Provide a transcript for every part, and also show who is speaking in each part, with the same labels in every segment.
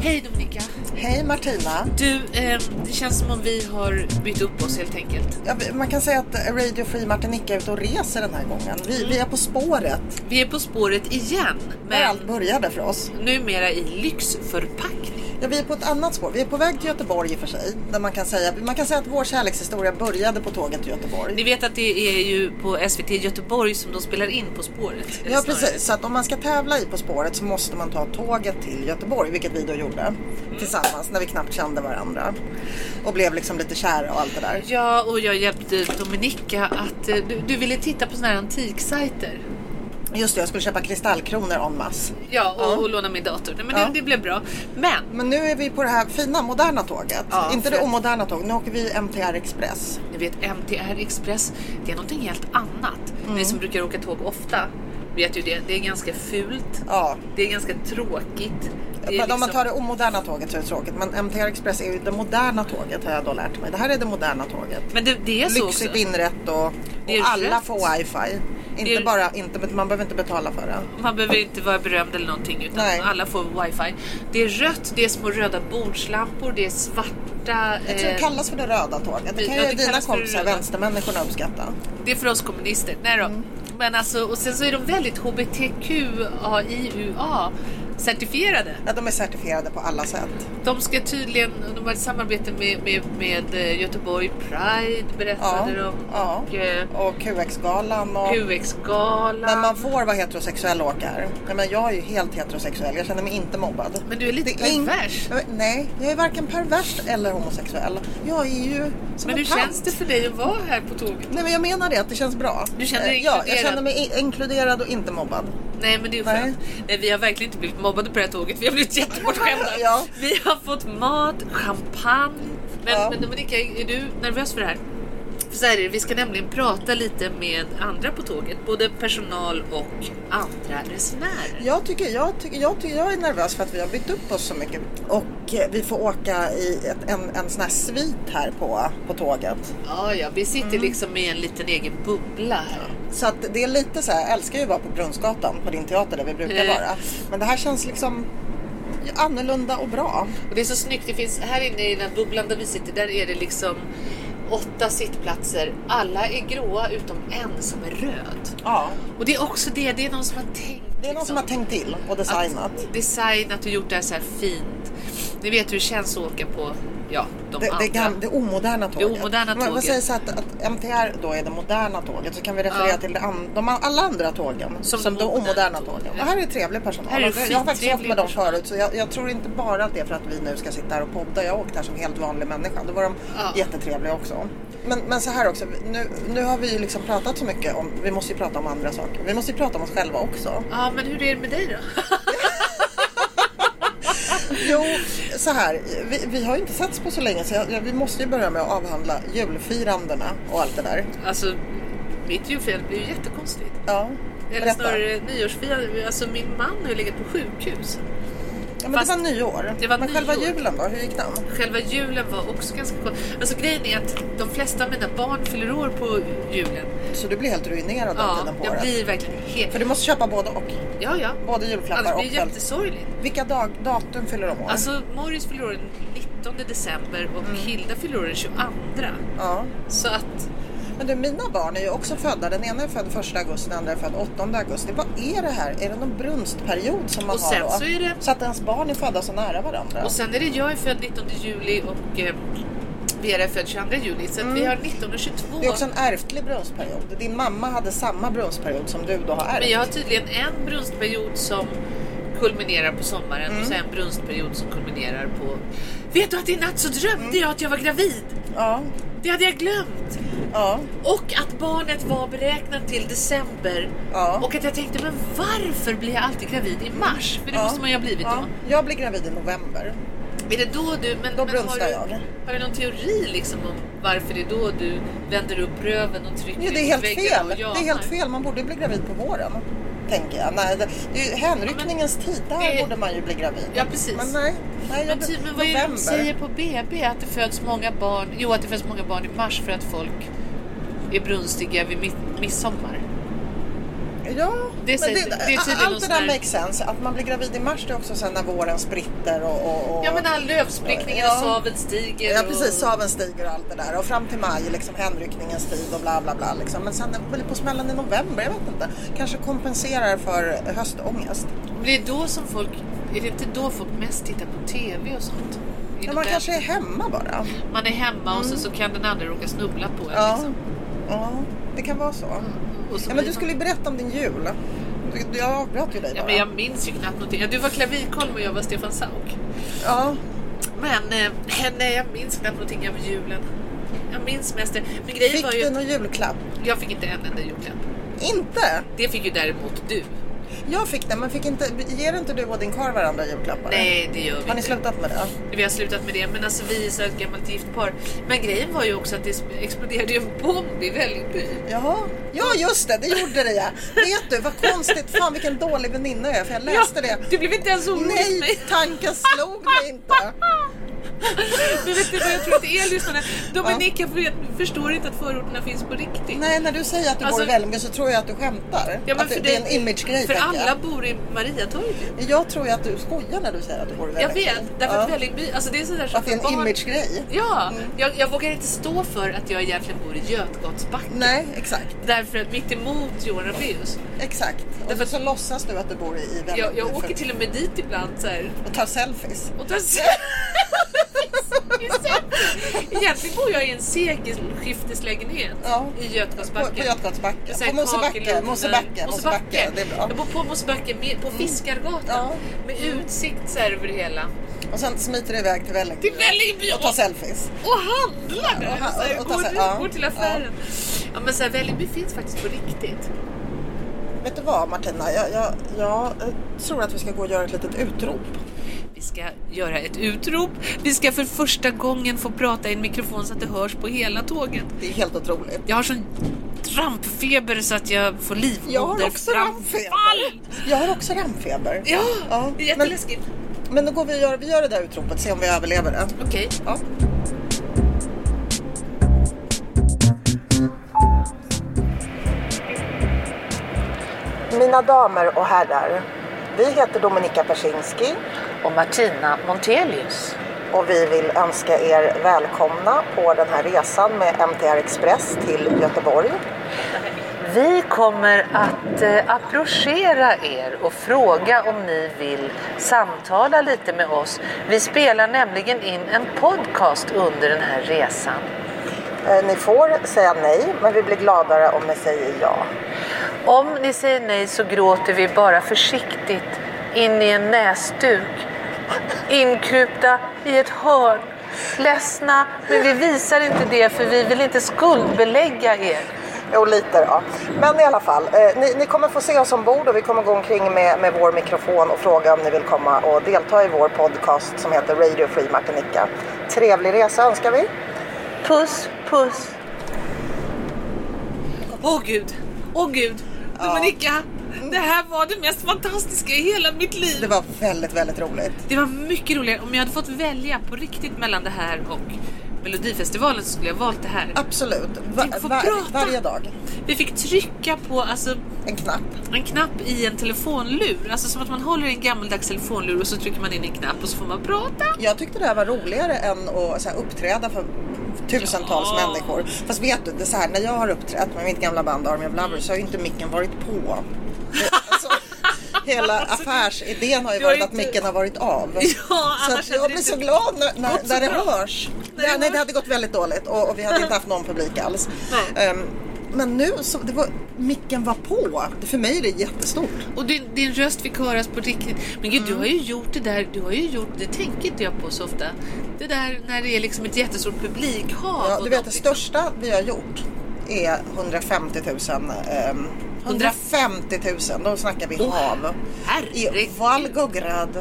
Speaker 1: Hej Dominika!
Speaker 2: Hej Martina!
Speaker 1: Du, eh, det känns som om vi har bytt upp oss helt enkelt.
Speaker 2: Ja, man kan säga att Radio Free Martinique är ute och reser den här gången. Vi, vi är på spåret,
Speaker 1: Vi är på spåret igen,
Speaker 2: där allt
Speaker 1: men
Speaker 2: började för oss.
Speaker 1: numera i lyxförpackning.
Speaker 2: Ja, vi är på ett annat spår. Vi är på väg till Göteborg i och för sig. Där man, kan säga, man kan säga att vår kärlekshistoria började på tåget till Göteborg.
Speaker 1: Ni vet att det är ju på SVT Göteborg som de spelar in På spåret. eh, eller
Speaker 2: Ja
Speaker 1: snarare.
Speaker 2: precis, så att om man ska tävla i På spåret så måste man ta tåget till Göteborg, vilket vi då gjorde
Speaker 1: Mm.
Speaker 2: tillsammans när vi knappt kände varandra och blev liksom lite kära och allt det där.
Speaker 1: Ja, och jag hjälpte Dominika att eh, du, du ville titta på såna här antiksajter.
Speaker 2: Just det, jag skulle köpa kristallkronor en masse.
Speaker 1: Ja, och, och låna min dator. Nej, men
Speaker 2: Ja.
Speaker 1: det, det blev bra. Men
Speaker 2: Men nu är vi på det här fina moderna tåget,
Speaker 1: Ja,
Speaker 2: inte
Speaker 1: för
Speaker 2: det
Speaker 1: att-
Speaker 2: omoderna tåget. Nu åker vi MTR Express.
Speaker 1: Ni vet MTR Express, det är någonting helt annat.
Speaker 2: Mm.
Speaker 1: Ni som brukar åka tåg ofta vet ju det. Det är ganska fult.
Speaker 2: Ja.
Speaker 1: Det är ganska tråkigt. Det är liksom-
Speaker 2: Men om man tar det omoderna tåget så är det tråkigt. Men MTR Express är ju det moderna tåget har jag då lärt mig. Det här är det moderna tåget.
Speaker 1: Men det, det är så också.
Speaker 2: Lyxigt inrett och, och
Speaker 1: Det är
Speaker 2: alla
Speaker 1: rätt.
Speaker 2: får wifi. Inte
Speaker 1: Det är-
Speaker 2: bara, inte, man behöver inte betala för det.
Speaker 1: Man behöver inte vara berömd eller någonting utan
Speaker 2: Nej.
Speaker 1: alla får wifi. Det är rött, det är små röda bordslampor, det är svarta...
Speaker 2: Jag tror det
Speaker 1: eh,
Speaker 2: kallas för det röda tåget. Det kan
Speaker 1: ja,
Speaker 2: ju
Speaker 1: det
Speaker 2: dina
Speaker 1: kallas för det
Speaker 2: kompisar,
Speaker 1: röda.
Speaker 2: vänstermänniskorna, uppskatta.
Speaker 1: Det är för oss kommunister. Nej då.
Speaker 2: Mm.
Speaker 1: Men alltså, och sen så är de väldigt HBTQAIUA certifierade.
Speaker 2: Ja, de är certifierade på alla sätt.
Speaker 1: De ska tydligen, de har ett samarbete med, med, med eh, Göteborg Pride
Speaker 2: Ja,
Speaker 1: berättade de.
Speaker 2: ja.
Speaker 1: Och eh,
Speaker 2: Och QX-galan och...
Speaker 1: QX-galan.
Speaker 2: Men man får vara heterosexuell och åka här. Nej, men jag är ju helt heterosexuell. Jag känner mig inte mobbad.
Speaker 1: Men du är lite
Speaker 2: Det ing- Eh,
Speaker 1: pervers.
Speaker 2: Nej, jag är varken pervers eller homosexuell. Jag är ju
Speaker 1: Men
Speaker 2: som en
Speaker 1: hur
Speaker 2: tant.
Speaker 1: känns det för dig att vara här på tåget?
Speaker 2: Nej men jag menar det, att det känns bra.
Speaker 1: Du känner dig
Speaker 2: Eh, Ja, jag
Speaker 1: inkluderad.
Speaker 2: känner mig i- inkluderad och inte mobbad.
Speaker 1: Nej men det är ju
Speaker 2: Nej.
Speaker 1: skönt. Nej vi har verkligen inte blivit mobbade på det här tåget. Vi har blivit jättebortskämda.
Speaker 2: Ja.
Speaker 1: Vi har fått mat, champagne. Men,
Speaker 2: Ja.
Speaker 1: men Dominika, är du nervös för det här? För så här är det, vi ska nämligen prata lite med andra på tåget. Både personal och andra resenärer.
Speaker 2: Jag tycker, jag, tycker, jag, tycker, jag är nervös för att vi har bytt upp oss så mycket. Och eh, vi får åka i ett, en, en sån här svit här på, på tåget.
Speaker 1: Ja, ja, vi
Speaker 2: Mm.
Speaker 1: sitter liksom i en liten egen bubbla här.
Speaker 2: Så att det är lite så här, jag älskar ju att vara på Brunnsgatan, på din teater där vi brukar
Speaker 1: Eh.
Speaker 2: vara. Men det här känns liksom annorlunda och bra.
Speaker 1: Och det är så snyggt. Det finns här inne i den här bubblan där vi sitter, där är det liksom åtta sittplatser. Alla är gråa utom en som är röd.
Speaker 2: Ja.
Speaker 1: Och det är också det, det är någon som har tänkt.
Speaker 2: Det är någon
Speaker 1: liksom,
Speaker 2: som har tänkt till och designat.
Speaker 1: Att, designat och gjort det här så här fint. Ni vet hur det känns att åka på, ja, de
Speaker 2: Det,
Speaker 1: andra.
Speaker 2: det, gam- det omoderna tåget.
Speaker 1: omoderna
Speaker 2: Men
Speaker 1: tåget.
Speaker 2: Vad sägs att, att MTR då är det moderna tåget så kan vi referera
Speaker 1: Ja.
Speaker 2: till det an, de, alla andra tågen som,
Speaker 1: de
Speaker 2: de
Speaker 1: omoderna
Speaker 2: omoderna
Speaker 1: tågen.
Speaker 2: tågen. Och här är trevlig personal.
Speaker 1: Här är
Speaker 2: Och det- jag har faktiskt åkt
Speaker 1: skittrevlig
Speaker 2: med dem
Speaker 1: personal.
Speaker 2: förut så jag, jag tror inte bara att det är för att vi nu ska sitta här och podda. Jag har åkt här som helt vanlig människa. Då var de
Speaker 1: Ja.
Speaker 2: jättetrevliga också. Men, men så här också, vi- nu, nu har vi ju liksom pratat så mycket om, vi måste ju prata om andra saker. Vi måste ju prata om oss själva också.
Speaker 1: Ja, men hur är det med dig då?
Speaker 2: Jo, så här. Vi, vi har ju inte setts på så länge så jag, jag- vi måste ju börja med att avhandla julfirandena och allt det där.
Speaker 1: Alltså, mitt julfirande blir ju jättekonstigt.
Speaker 2: Ja,
Speaker 1: Eller
Speaker 2: berätta.
Speaker 1: snarare nyårsfirande. Alltså min man har ju legat på sjukhus.
Speaker 2: Ja, men
Speaker 1: Fast-
Speaker 2: det var nyår.
Speaker 1: Det var
Speaker 2: men själva
Speaker 1: nyår.
Speaker 2: julen då, hur gick den?
Speaker 1: Själva julen var också ganska kort. Alltså grejen är att de flesta av mina barn fyller år på julen.
Speaker 2: Så du blir helt ruinerad den
Speaker 1: Ja,
Speaker 2: tiden på
Speaker 1: jag
Speaker 2: året?
Speaker 1: blir verkligen
Speaker 2: För
Speaker 1: helt...
Speaker 2: du måste köpa både och.
Speaker 1: Ja, ja.
Speaker 2: Både julklappar
Speaker 1: Annars
Speaker 2: och
Speaker 1: blir det
Speaker 2: själv.
Speaker 1: jättesorgligt.
Speaker 2: Vilka dag, datum fyller de år?
Speaker 1: Alltså Morris fyller år den 19 december och
Speaker 2: Mm.
Speaker 1: Hilda fyller år den 22.
Speaker 2: ja.
Speaker 1: Så att
Speaker 2: Men du, mina barn är ju också födda. Den ena är född 1 augusti, den andra är född 8 augusti. Vad är det här? Är det någon brunstperiod som man
Speaker 1: Och
Speaker 2: har
Speaker 1: sen
Speaker 2: då?
Speaker 1: så är det-
Speaker 2: Så att ens barn är födda så nära varandra?
Speaker 1: Och sen är det jag är född 19 juli och eh, Vera är född 22 juli. Så att vi har 19 och 22.
Speaker 2: Mm. Det är också en ärftlig brunstperiod. Din mamma hade samma brunstperiod som du då har ärvt.
Speaker 1: Men jag har tydligen en brunstperiod som kulminerar på sommaren
Speaker 2: Mm.
Speaker 1: och sen en brunstperiod som kulminerar på... Vet du att i natt så drömde
Speaker 2: Mm.
Speaker 1: jag att jag var gravid?
Speaker 2: Ja,
Speaker 1: Det hade jag glömt.
Speaker 2: ja.
Speaker 1: Och att barnet var beräknat till december.
Speaker 2: Ja.
Speaker 1: Och att jag tänkte, men varför blir jag alltid gravid i mars? För det
Speaker 2: ja.
Speaker 1: måste man ju ha blivit
Speaker 2: ja. Jag blir gravid i november.
Speaker 1: då. Är det då du... Men,
Speaker 2: Då
Speaker 1: men har,
Speaker 2: brunstar
Speaker 1: du,
Speaker 2: jag.
Speaker 1: har du någon teori liksom om varför det är då du vänder upp röven och trycker
Speaker 2: Ja, det är
Speaker 1: ut
Speaker 2: helt
Speaker 1: väggarna
Speaker 2: fel.
Speaker 1: och
Speaker 2: Det är
Speaker 1: jamar?
Speaker 2: helt fel. Man borde bli gravid på våren. Tänker jag. Nej, det, det är ju hänryckningens tid. Där
Speaker 1: det-
Speaker 2: borde man ju bli gravid.
Speaker 1: Ja, precis.
Speaker 2: Men nej. nej jag,
Speaker 1: Men typ, men vad är det de
Speaker 2: november.
Speaker 1: säger på BB? Att det föds många barn. Jo, att det föds många barn i mars för att folk är brunstiga vid mitt, midsommar.
Speaker 2: Ja, men
Speaker 1: säger- det är tydligen någon
Speaker 2: allt det
Speaker 1: sån
Speaker 2: där
Speaker 1: här-
Speaker 2: makes sense. Att man blir gravid i mars det är också sen när våren spritter och... och, och
Speaker 1: Ja, men all lövsprickning
Speaker 2: Ja.
Speaker 1: och saveln stiger.
Speaker 2: Ja
Speaker 1: och-
Speaker 2: precis, saven stiger och allt det där och fram till maj liksom hänryckningens tid och bla bla bla liksom. Men sen väl på smällen i november, jag vet inte. Kanske kompenserar för höstångest.
Speaker 1: Men Det är då som folk... Är det inte då folk mest tittar på TV och sånt? I
Speaker 2: Ja, man
Speaker 1: november.
Speaker 2: kanske är hemma bara.
Speaker 1: man är hemma och sen så kan den andra råka snubbla på en.
Speaker 2: Ja,
Speaker 1: Liksom. Mm,
Speaker 2: ja det kan vara så.
Speaker 1: Och så
Speaker 2: Ja, men
Speaker 1: blir
Speaker 2: du
Speaker 1: man-
Speaker 2: skulle ju berätta om din jul. Du- Jag avbröt ju dig
Speaker 1: Ja,
Speaker 2: bara.
Speaker 1: men jag minns ju knappt någonting. Ja, Du var Klavikholm och jag var Stefan Sauk.
Speaker 2: ja.
Speaker 1: Men eh, nej, jag minns knappt någonting av julen. Jag minns mest det. Men grejen
Speaker 2: Fick
Speaker 1: var ju...
Speaker 2: du någon julklapp?
Speaker 1: Jag fick inte en enda julklapp.
Speaker 2: Inte?
Speaker 1: Det fick ju däremot du.
Speaker 2: Jag fick den, men fick inte, ger inte du och din karl varandra julklappar?
Speaker 1: Nej, det gör vi
Speaker 2: Har ni
Speaker 1: inte.
Speaker 2: slutat med det?
Speaker 1: Vi har slutat med det. Men alltså vi är så här ett gammalt gift par. Men grejen var ju också att det sp- exploderade ju en bomb i Vällingby.
Speaker 2: Jaha. Ja just det, det gjorde det ja. Vet du vad konstigt, fan vilken dålig väninna jag är för jag läste
Speaker 1: Ja,
Speaker 2: det.
Speaker 1: Du blev inte ens orolig för
Speaker 2: Nej,
Speaker 1: mig.
Speaker 2: tanken slog mig inte.
Speaker 1: Men vet du vad jag tror att det är lyssnarna? Dominika för- förstår inte att förorterna finns på riktigt.
Speaker 2: Nej, när du säger att du
Speaker 1: Alltså-
Speaker 2: bor i Vällingby så tror jag att du skämtar.
Speaker 1: Ja, men
Speaker 2: att
Speaker 1: för
Speaker 2: det, det är en
Speaker 1: dig-
Speaker 2: imagegrej.
Speaker 1: För
Speaker 2: tänker jag.
Speaker 1: alla bor i Mariatorget.
Speaker 2: Men Jag tror ju att du skojar när du säger att du bor i
Speaker 1: Jag
Speaker 2: Vällingby.
Speaker 1: vet, därför att Vällingby, alltså det är sådär som
Speaker 2: Att det är en Mm.
Speaker 1: för barn-
Speaker 2: imagegrej.
Speaker 1: Ja, jag, jag vågar inte stå för att jag egentligen bor i Götgatsbacken.
Speaker 2: Nej, exakt.
Speaker 1: Därför att mitt emot Johan Rabaeus.
Speaker 2: Exakt. Och
Speaker 1: Därför-
Speaker 2: så låtsas du att du bor i i Vällingby.
Speaker 1: Jag, jag
Speaker 2: för-
Speaker 1: åker till och med dit ibland så här,
Speaker 2: Och tar selfies.
Speaker 1: och tar se- Egentligen bor jag i en sekelskifteslägenhet
Speaker 2: Ja.
Speaker 1: i
Speaker 2: På,
Speaker 1: Götgatsbacken.
Speaker 2: på Götgatsbacken.
Speaker 1: Så här,
Speaker 2: På Mosebacke.
Speaker 1: kakelugnar.
Speaker 2: Mosebacke. Mosebacke. Det är bra. Mm.
Speaker 1: Jag bor på Mosebacke med, på Fiskargatan
Speaker 2: Ja.
Speaker 1: med utsikt så här över hela.
Speaker 2: Och sen smiter du iväg till Vällingby.
Speaker 1: Till Vällingby
Speaker 2: Och tar selfies.
Speaker 1: Och handlar där!
Speaker 2: Ja, och-
Speaker 1: så här,
Speaker 2: och- och-
Speaker 1: går,
Speaker 2: så här, ja,
Speaker 1: går till affären. Ja. men så här, Vällingby finns faktiskt på riktigt.
Speaker 2: Vet du vad Martina? Jag, jag, jag eh, tror att vi ska gå och göra ett litet utrop.
Speaker 1: Vi ska göra ett utrop. Vi ska för första gången få prata i en mikrofon så att det hörs på hela tåget.
Speaker 2: Det är helt otroligt.
Speaker 1: Jag har sån trampfeber så att jag får
Speaker 2: Jag har också
Speaker 1: livmoderframfall.
Speaker 2: rampfeber. Jag har också rampfeber.
Speaker 1: Ja,
Speaker 2: Ja,
Speaker 1: det är jätteläskigt.
Speaker 2: Men då går vi och gör, vi gör det där utropet, se om vi överlever det.
Speaker 1: Okej.
Speaker 2: Ja. Mina damer och herrar, vi heter Dominika Persinski
Speaker 1: Och Martina Montelius.
Speaker 2: och vi vill önska er välkomna på den här resan med MTR Express till Göteborg.
Speaker 1: Vi kommer att eh, approchera er och fråga om ni vill samtala lite med oss. Vi spelar nämligen in en podcast under den här resan.
Speaker 2: Eh, Ni får säga nej, men vi blir gladare om ni säger ja.
Speaker 1: Om ni säger nej så gråter vi bara försiktigt in i en näsduk. Inkrupta i ett hörn. Ledsna, men vi visar inte det för vi vill inte skuldbelägga er.
Speaker 2: Jo, lite då. Men i alla fall, eh, ni, ni kommer få se oss ombord och vi kommer gå omkring med, med vår mikrofon och fråga om ni vill komma och delta i vår podcast som heter Radio Free Martinica. Trevlig resa önskar vi.
Speaker 1: Puss, puss. Åh gud, åh gud. Dominika, Det här var det mest fantastiska i hela mitt liv.
Speaker 2: Mm. Det var väldigt, väldigt roligt.
Speaker 1: Det var mycket roligare. Om jag hade fått välja på riktigt mellan det här och Melodifestivalen så skulle jag valt det här.
Speaker 2: Absolut. Va-
Speaker 1: Tänk få
Speaker 2: var-
Speaker 1: prata.
Speaker 2: varje dag.
Speaker 1: Vi fick trycka på alltså,
Speaker 2: En knapp.
Speaker 1: en knapp i en telefonlur. Alltså som att man håller i en gammaldags telefonlur och så trycker man in en knapp och så får man prata.
Speaker 2: Jag tyckte det här var roligare än att så här, uppträda för tusentals
Speaker 1: Ja.
Speaker 2: människor. Fast vet du, det är så här, när jag har uppträtt med mitt gamla band Army of
Speaker 1: Mm.
Speaker 2: Lovers så har ju inte micken varit på. Det- Alltså, hela affärsidén har ju
Speaker 1: du Alltså, har
Speaker 2: varit
Speaker 1: ju
Speaker 2: att
Speaker 1: inte-
Speaker 2: micken har varit av.
Speaker 1: Ja,
Speaker 2: så
Speaker 1: annars
Speaker 2: att
Speaker 1: hade
Speaker 2: jag
Speaker 1: det
Speaker 2: blir
Speaker 1: inte
Speaker 2: så glad när, när,
Speaker 1: gått så
Speaker 2: när det
Speaker 1: bra.
Speaker 2: hörs.
Speaker 1: När det
Speaker 2: ja, nej, det
Speaker 1: hörs.
Speaker 2: hade gått väldigt dåligt och, och vi hade inte haft någon publik alls.
Speaker 1: Nej.
Speaker 2: Ehm, men nu så, det var, micken var på. För mig är det jättestort.
Speaker 1: Och din, din röst fick höras på riktigt. Men gud, du har ju gjort det där. Du har ju gjort, det tänker inte jag på så ofta. Det där när det är liksom ett jättestort publikhav.
Speaker 2: Ja,
Speaker 1: och
Speaker 2: du vet,
Speaker 1: något
Speaker 2: det
Speaker 1: liksom.
Speaker 2: största vi har gjort är 150 000. ehm, 150 000, då snackar vi hav. I
Speaker 1: herregud.
Speaker 2: Valgograd.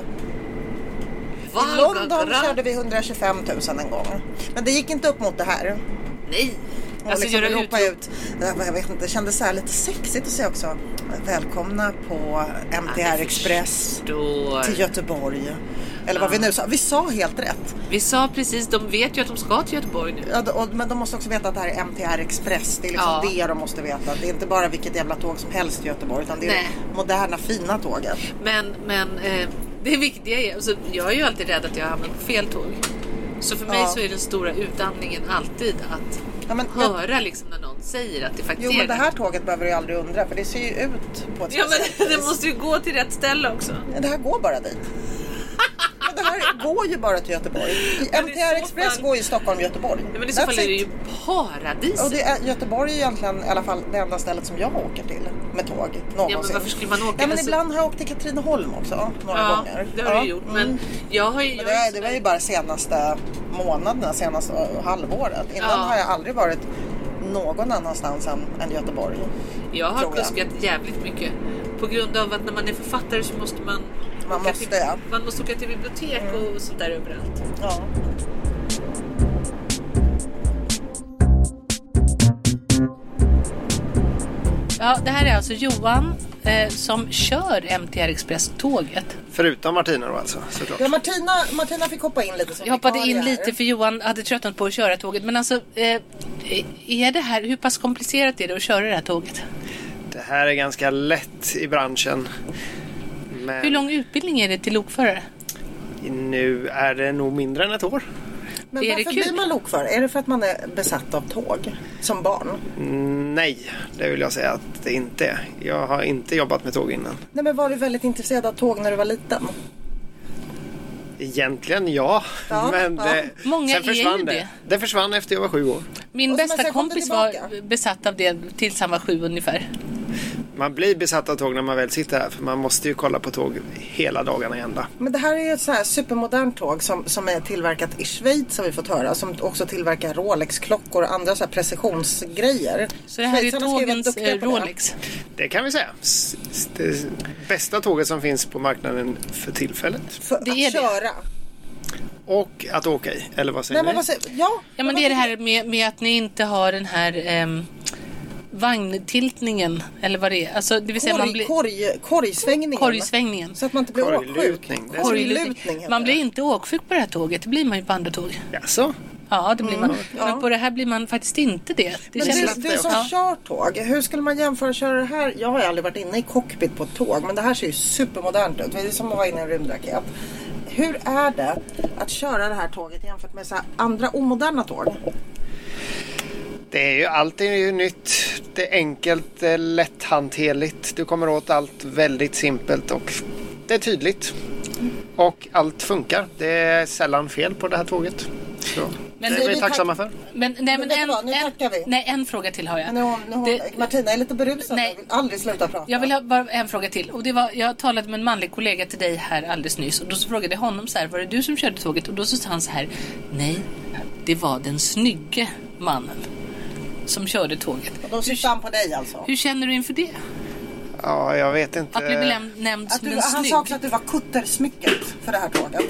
Speaker 2: I London
Speaker 1: Valgograd.
Speaker 2: körde vi 125 000 en gång. Men det gick inte upp mot det här.
Speaker 1: Nej.
Speaker 2: Och
Speaker 1: Alltså
Speaker 2: liksom
Speaker 1: göra
Speaker 2: ropa
Speaker 1: ut.
Speaker 2: ut. Jag vet inte, det kändes så här lite sexigt att säga också. Välkomna på MTR Express
Speaker 1: Då.
Speaker 2: till Göteborg. Eller vad vi nu sa. Vi sa helt rätt.
Speaker 1: Vi sa precis, de vet ju att de ska till Göteborg nu.
Speaker 2: Ja, d- och, men de måste också veta att det här är MTR Express. Det är liksom
Speaker 1: Ja.
Speaker 2: det de måste veta. Det är inte bara vilket jävla tåg som helst i Göteborg. Utan det är
Speaker 1: Nej.
Speaker 2: det moderna fina tåget.
Speaker 1: Men, men eh, det viktiga är, alltså, jag är ju alltid rädd att jag hamnar på fel tåg. Så för mig
Speaker 2: Ja.
Speaker 1: så är den stora utandningen alltid att
Speaker 2: Ja, men jag-
Speaker 1: höra liksom när någon säger att det faktiskt
Speaker 2: Jo
Speaker 1: är
Speaker 2: men det här tåget behöver du ju aldrig undra för det ser ju ut på ett
Speaker 1: Ja
Speaker 2: speciellt
Speaker 1: men det
Speaker 2: vis.
Speaker 1: måste ju gå till rätt ställe också.
Speaker 2: Ja, Det här går bara dit. Men det här går ju bara till Göteborg. I
Speaker 1: Men i så
Speaker 2: MTR Express
Speaker 1: fall-
Speaker 2: går ju Stockholm-Göteborg.
Speaker 1: Ja, men i så fall är det ju paradiset.
Speaker 2: Och det är, Göteborg är egentligen i alla fall det enda stället som jag åker till med tåg någonsin.
Speaker 1: varför skulle man åka?
Speaker 2: Ja, men
Speaker 1: Alltså-
Speaker 2: ibland har jag åkt till Katrineholm också några
Speaker 1: ja,
Speaker 2: gånger.
Speaker 1: det har
Speaker 2: Ja,
Speaker 1: du gjort.
Speaker 2: mm.
Speaker 1: Men jag har ju... Jag
Speaker 2: Men det,
Speaker 1: är
Speaker 2: var,
Speaker 1: ju
Speaker 2: det
Speaker 1: sån
Speaker 2: var
Speaker 1: där-
Speaker 2: ju bara senaste månaderna, senaste eh, halvåret. Innan
Speaker 1: Ja.
Speaker 2: har jag aldrig varit någon annanstans än, än Göteborg.
Speaker 1: Jag har
Speaker 2: tror jag.
Speaker 1: fuskat jävligt mycket. På grund av att när man är författare så måste man...
Speaker 2: Man
Speaker 1: åka
Speaker 2: måste,
Speaker 1: till,
Speaker 2: ja. Mm.
Speaker 1: man måste åka till bibliotek och sånt där överallt.
Speaker 2: Ja.
Speaker 1: Ja, det här är alltså Johan eh, som kör MTR Express-tåget.
Speaker 3: Förutom Martina då alltså såklart.
Speaker 2: Ja, Martina, Martina fick hoppa in lite som
Speaker 1: Jag hoppade
Speaker 2: vikarie
Speaker 1: in
Speaker 2: här.
Speaker 1: lite för Johan hade tröttnat på att köra tåget. Men alltså, eh, är det här, hur pass komplicerat är det att köra det här tåget?
Speaker 3: Det här är ganska lätt i branschen.
Speaker 1: Hur
Speaker 3: Men
Speaker 1: lång utbildning är det till lokförare?
Speaker 3: nu är det nog mindre än ett år.
Speaker 2: Men
Speaker 1: Är det
Speaker 2: varför
Speaker 1: kul?
Speaker 2: blir man lokförare? Är det för att man är besatt av tåg som barn?
Speaker 3: Nej, det vill jag säga att det inte är. Jag har inte jobbat med tåg innan.
Speaker 2: Nej, men var du väldigt intresserad av tåg när du var liten?
Speaker 3: Egentligen ja,
Speaker 2: Ja,
Speaker 3: men
Speaker 2: ja.
Speaker 3: det,
Speaker 1: Många
Speaker 3: sen
Speaker 1: är ju
Speaker 3: försvann det.
Speaker 1: det.
Speaker 3: Det försvann efter jag var sju år.
Speaker 1: Min
Speaker 2: Och som
Speaker 1: bästa
Speaker 2: sen kom det
Speaker 1: kompis
Speaker 2: tillbaka.
Speaker 1: var besatt av det tills han var sju ungefär.
Speaker 3: Man blir besatt av tåg när man väl sitter här för man måste ju kolla på tåg hela dagarna i ända.
Speaker 2: Men det här är ju ett så här supermodernt tåg som, som är tillverkat i Schweiz har vi fått höra. Som också tillverkar Rolex-klockor och andra så här precisionsgrejer.
Speaker 1: Så det här är
Speaker 2: Schweizarna ska ju vara
Speaker 1: tågens
Speaker 2: duktiga
Speaker 1: eh,
Speaker 2: på det.
Speaker 1: Rolex.
Speaker 3: Det kan vi säga. S- s- Det bästa tåget som finns på marknaden för tillfället.
Speaker 2: För
Speaker 1: Det
Speaker 2: det
Speaker 1: är
Speaker 2: är att
Speaker 1: det.
Speaker 2: köra.
Speaker 3: Och att åka i, eller vad säger
Speaker 2: Nej, men
Speaker 3: ni?
Speaker 2: vad säger, ja,
Speaker 1: Ja men
Speaker 2: vad
Speaker 1: det är det
Speaker 2: tycker
Speaker 1: här med, med att ni inte har den här ehm, vagntiltningen eller vad det är. Alltså, det vill säga man
Speaker 2: Korg,
Speaker 1: blir,
Speaker 2: korg, korgsvängningen.
Speaker 1: Korgsvängningen.
Speaker 2: Så att man inte blir åksjuk.
Speaker 3: Korglutning.
Speaker 2: Korglutning heter
Speaker 1: man blir
Speaker 2: det.
Speaker 1: inte åksjuk på det här tåget, det blir man ju på andra tåg.
Speaker 3: Jaså?
Speaker 1: Ja det blir man. Men på det här blir man faktiskt inte det. det
Speaker 2: Mm, Men
Speaker 1: känns-
Speaker 2: du, du som
Speaker 1: Ja.
Speaker 2: kör tåg, hur skulle man jämföra att köra det här? Jag har ju aldrig varit inne i cockpit på ett tåg, men det här ser ju supermodernt ut. Det är som att vara inne i en rymdraket. Hur är det att köra det här tåget jämfört med så här andra omoderna tåg?
Speaker 3: Det är ju, allt är ju nytt. Det är enkelt, det är lätthanterligt. Du kommer åt allt väldigt simpelt och det är tydligt. Och allt funkar. Det är sällan fel på det här tåget. Så.
Speaker 1: Men
Speaker 3: det
Speaker 1: det
Speaker 3: är
Speaker 2: är
Speaker 3: vi
Speaker 2: vi
Speaker 3: tacksamma
Speaker 2: tack-
Speaker 3: för.
Speaker 1: Men, nej, men
Speaker 2: vet du
Speaker 1: en,
Speaker 2: vad, nu
Speaker 1: en,
Speaker 2: tackar vi.
Speaker 1: nej, en fråga till har jag.
Speaker 2: Nu, har- nu, har-
Speaker 1: Det-
Speaker 2: Martina är lite berusad
Speaker 1: Nej.
Speaker 2: och vill aldrig sluta prata.
Speaker 1: Jag vill ha bara en fråga till. Och det var, jag talade med en manlig kollega till dig här alldeles nyss och då så frågade jag honom så här, var det du som körde tåget? Och då så sa han så här, nej, det var den snygge mannen som körde tåget.
Speaker 2: Då syftar han på dig alltså.
Speaker 1: Hur känner du inför det?
Speaker 3: Ja, jag vet inte.
Speaker 1: Att bli benämn- nämnd
Speaker 2: Att
Speaker 1: som
Speaker 2: du,
Speaker 1: en
Speaker 2: han
Speaker 1: snygg?
Speaker 2: sa också att du var kuttersmycket för det här tåget.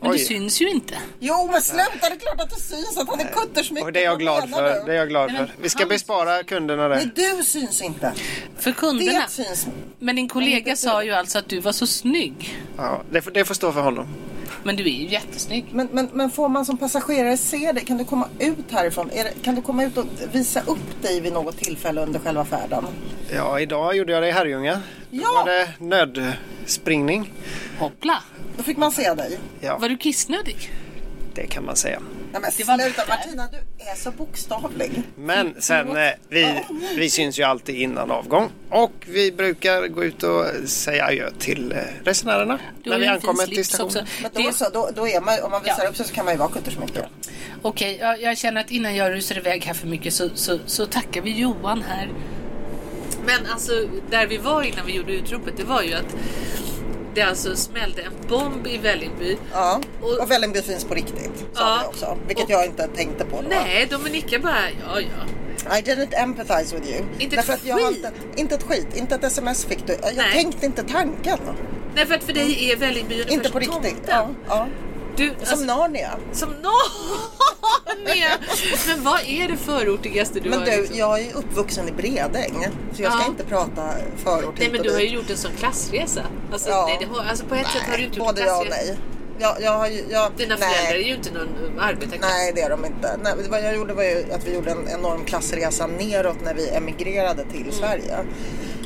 Speaker 2: Och
Speaker 1: Men
Speaker 3: Oj.
Speaker 1: det syns ju inte.
Speaker 2: Jo men sluta, det är klart att det syns att han är kuttersmyckad.
Speaker 3: Och det är jag glad
Speaker 2: Vad menar
Speaker 3: för.
Speaker 2: du?
Speaker 3: Det är jag glad
Speaker 1: Nej, men
Speaker 3: för. Vi ska
Speaker 1: han-
Speaker 3: bespara kunderna
Speaker 2: Men
Speaker 3: det.
Speaker 2: du syns
Speaker 1: Mm,
Speaker 2: inte.
Speaker 1: För
Speaker 2: Det
Speaker 1: kunderna.
Speaker 2: syns.
Speaker 1: Men din kollega sa ju alltså att du var så snygg.
Speaker 3: Ja, det, får- det får stå för honom.
Speaker 1: Men du är ju jättesnygg.
Speaker 2: Men, men, men får man som passagerare se det? Kan du komma ut härifrån? Är det, kan du komma ut och visa upp dig vid något tillfälle under själva färden?
Speaker 3: Ja, idag gjorde jag det i Herrljunga. Då
Speaker 2: Ja.
Speaker 3: var det nödspringning.
Speaker 1: Hoppla!
Speaker 2: Då fick man se dig.
Speaker 3: Ja,
Speaker 1: Var du kissnödig?
Speaker 3: det kan man säga.
Speaker 2: Nej men
Speaker 1: Det var
Speaker 2: sluta
Speaker 1: där.
Speaker 2: Martina, du är så bokstavlig.
Speaker 3: Men sen, eh, vi, vi syns ju alltid innan avgång. Och vi brukar gå ut och säga adjö till eh, resenärerna.
Speaker 1: Du har
Speaker 3: När
Speaker 1: ju
Speaker 3: vi
Speaker 1: en fin
Speaker 3: ankommer till
Speaker 1: slips också.
Speaker 3: stationen.
Speaker 2: Men då,
Speaker 1: Det-
Speaker 2: så, då, då är man ju- om man visar
Speaker 1: Ja.
Speaker 2: upp sig så kan man ju vara kuttersmyckad.
Speaker 1: Okej, jag, jag känner att innan jag rusar iväg här för mycket så, så, så tackar vi Johan här. Men alltså, där vi var innan vi gjorde utropet, det var ju att det alltså smällde en bomb i Vällingby.
Speaker 2: Ja.
Speaker 1: Och-
Speaker 2: Och, Vällingby finns på riktigt. Sa
Speaker 1: Ja.
Speaker 2: vi också. Vilket
Speaker 1: Och-
Speaker 2: jag inte tänkte på då.
Speaker 1: Nej, Dominika bara, ja ja.
Speaker 2: I didn't empathize with you.
Speaker 1: Inte ett
Speaker 2: Därför att jag har
Speaker 1: skit.
Speaker 2: inte, inte ett skit. Inte ett sms fick du. Jag
Speaker 1: Nej.
Speaker 2: tänkte inte tanken.
Speaker 1: Nej, för att för dig är Vällingby ungefär
Speaker 2: Inte
Speaker 1: som
Speaker 2: på riktigt. Ja,
Speaker 1: tomten.
Speaker 2: ja.
Speaker 1: Du,
Speaker 2: Som
Speaker 1: alltså,
Speaker 2: Narnia.
Speaker 1: som nå... Nej. Men vad är det förortigaste du
Speaker 2: Men
Speaker 1: har
Speaker 2: du,
Speaker 1: liksom-
Speaker 2: jag är uppvuxen i Bredäng. Så jag ska
Speaker 1: Ja.
Speaker 2: inte prata förort
Speaker 1: Nej
Speaker 2: hit
Speaker 1: men
Speaker 2: och
Speaker 1: du har ju
Speaker 2: dit.
Speaker 1: gjort en sån klassresa. Alltså,
Speaker 2: Ja.
Speaker 1: nej, det har, alltså på ett sätt har du inte gjort en
Speaker 2: Både ja och
Speaker 1: klassresa.
Speaker 2: nej. Jag, jag har ju, jag,
Speaker 1: Dina
Speaker 2: nej.
Speaker 1: föräldrar är ju inte någon um, arbetarklass.
Speaker 2: Nej, det är de inte. Nej, vad jag gjorde var ju att vi gjorde en enorm klassresa neråt när vi emigrerade till Sverige.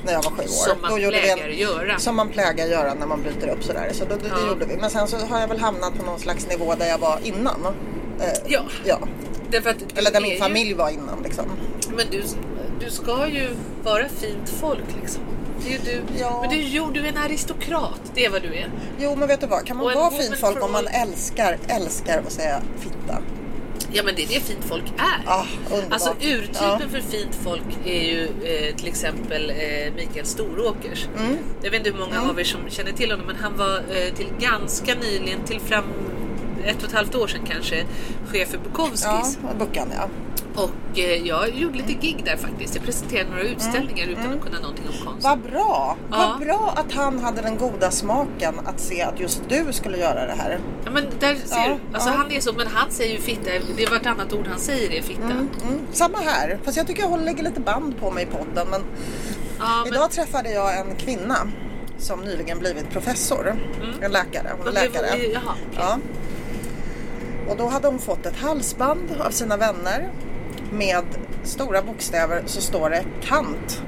Speaker 2: När jag var sju år.
Speaker 1: Mm. Som man
Speaker 2: gjorde
Speaker 1: plägar göra.
Speaker 2: Som man plägar göra när man bryter upp sådär. Så då, det,
Speaker 1: Ja.
Speaker 2: det gjorde vi. Men sen så har jag väl hamnat på någon slags nivå där jag var innan. Eh,
Speaker 1: Ja.
Speaker 2: ja.
Speaker 1: Därför att du
Speaker 2: Eller där
Speaker 1: är
Speaker 2: min
Speaker 1: ju-
Speaker 2: familj var innan liksom.
Speaker 1: Men du, du ska ju vara fint folk liksom. Det är ju du.
Speaker 2: Ja.
Speaker 1: Men du, jo, du är en aristokrat. Det är vad du är.
Speaker 2: Jo men vet du vad, kan
Speaker 1: Och
Speaker 2: man
Speaker 1: en
Speaker 2: vara
Speaker 1: woman
Speaker 2: fint folk
Speaker 1: for
Speaker 2: om man
Speaker 1: all.
Speaker 2: älskar, älskar att säga fitta?
Speaker 1: Ja, men det är det fint folk är.
Speaker 2: Ah, underbart.
Speaker 1: alltså urtypen
Speaker 2: Ja.
Speaker 1: för fint folk är ju eh, till exempel eh, Mikael Storåkers.
Speaker 2: Mm.
Speaker 1: Jag vet inte hur många av er som känner till honom, men han var eh, till ganska nyligen, till fram ett och ett halvt år sedan kanske, chef för Bukowskis.
Speaker 2: Ja, Buckan ja.
Speaker 1: Och eh, jag gjorde lite gig där faktiskt. Jag presenterade några utställningar utan att kunna någonting om konst.
Speaker 2: Mm. Vad bra!
Speaker 1: Ja.
Speaker 2: Vad bra att han hade den goda smaken att se att just du skulle göra det här.
Speaker 1: Ja, men där ser
Speaker 2: Ja,
Speaker 1: du. Alltså
Speaker 2: ja.
Speaker 1: han är så, men han säger ju fitta. Det är vartannat ord han säger är fitta.
Speaker 2: Mm, samma här, fast jag tycker jag håller- lägger lite band på mig i podden. Men
Speaker 1: Ja, men
Speaker 2: idag träffade jag en kvinna som nyligen blivit professor.
Speaker 1: Mm.
Speaker 2: En läkare. Hon är
Speaker 1: de blev-
Speaker 2: läkare.
Speaker 1: Jaha.
Speaker 2: Ja. Och då hade hon fått ett halsband av sina vänner. Med stora bokstäver så står det kant.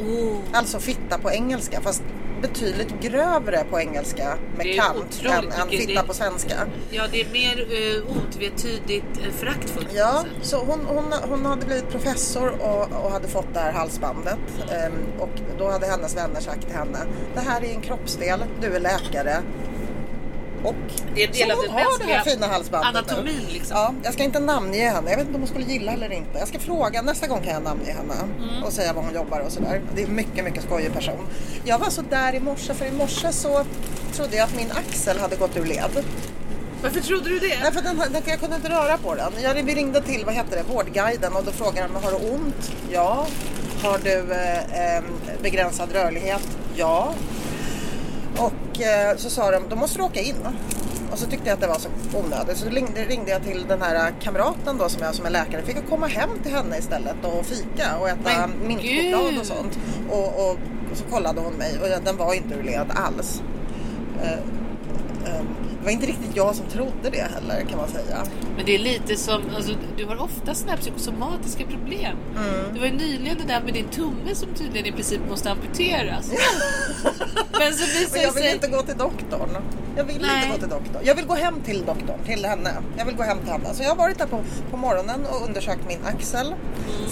Speaker 1: Oh,
Speaker 2: Alltså fitta på engelska fast betydligt grövre på engelska
Speaker 1: Det är
Speaker 2: med kant
Speaker 1: otroligt
Speaker 2: än, än
Speaker 1: mycket.
Speaker 2: fitta
Speaker 1: Det-
Speaker 2: på svenska.
Speaker 1: ja, det är mer eh, otvetydigt eh, föraktfullt.
Speaker 2: Ja,
Speaker 1: alltså.
Speaker 2: så hon, hon, hon hade blivit professor och, och hade fått det här halsbandet. Ehm, och då hade hennes vänner sagt till henne, det här är en kroppsdel, du är läkare. Och
Speaker 1: Det är en
Speaker 2: så
Speaker 1: del av
Speaker 2: hon
Speaker 1: den
Speaker 2: har det här
Speaker 1: mänskliga
Speaker 2: fina halsbandet nu.
Speaker 1: anatomin liksom.
Speaker 2: Ja, jag ska inte namnge henne. Jag vet inte om hon skulle gilla eller inte. Jag ska fråga. Nästa gång kan jag namnge henne
Speaker 1: Mm.
Speaker 2: och säga var hon jobbar och sådär. Det är mycket, mycket skojig person. Jag var så där i morse för i morse så trodde jag att min axel hade gått ur led.
Speaker 1: Varför trodde du det?
Speaker 2: Nej, för den, den, jag kunde inte röra på den. Jag vi ringde till vad heter det, Vårdguiden och då frågade de har du ont? Ja. Har du eh, eh, begränsad rörlighet? Ja. Och eh, så sa de, då måste du åka in. Och så tyckte jag att det var så onödigt. Så ringde, ringde jag till den här kamraten då som jag som är läkare. Fick jag komma hem till henne istället och fika och äta
Speaker 1: Men
Speaker 2: mintchoklad
Speaker 1: gud!
Speaker 2: och sånt. Och, och, och så kollade hon mig och jag, den var inte ur led alls. Eh, eh, det var inte riktigt jag som trodde det heller kan man säga.
Speaker 1: Men det är lite som, alltså, du har ofta sådana här psykosomatiska problem.
Speaker 2: Mm.
Speaker 1: Det var ju nyligen det där med din tumme som tydligen i princip måste amputeras. men så visar
Speaker 2: Men
Speaker 1: det
Speaker 2: jag vill
Speaker 1: sig...
Speaker 2: inte gå till doktorn. Jag vill
Speaker 1: Nej.
Speaker 2: inte gå till doktorn. Jag vill gå hem till doktorn, till henne. Jag vill gå hem till henne. Så jag har varit där på, på morgonen och undersökt min axel.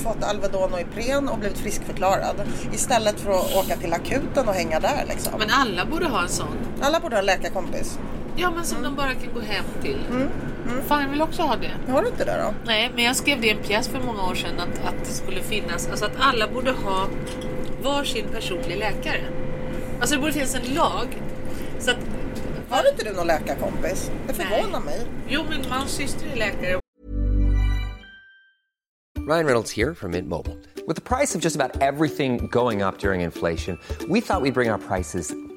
Speaker 2: Fått Alvedon och Ipren och blivit friskförklarad. Istället för att åka till akuten och hänga där liksom.
Speaker 1: Men alla borde ha en sån.
Speaker 2: Alla borde ha en läkarkompis.
Speaker 1: Ja, men
Speaker 2: Mm.
Speaker 1: som de bara kan gå hem till. Fan, jag vill också ha det.
Speaker 2: Har du inte det då?
Speaker 1: Nej, men jag skrev det i en pjäs för många år sedan att, att det skulle finnas, alltså att alla borde ha varsin personlig läkare. Alltså det borde finnas en lag. Så att,
Speaker 2: Har inte du någon läkarkompis? Det förvånar mig.
Speaker 1: jo min mans syster är läkare
Speaker 4: Ryan Reynolds here from Mint Mobile. With the price of just about everything going up during inflation, we thought we'd bring our prices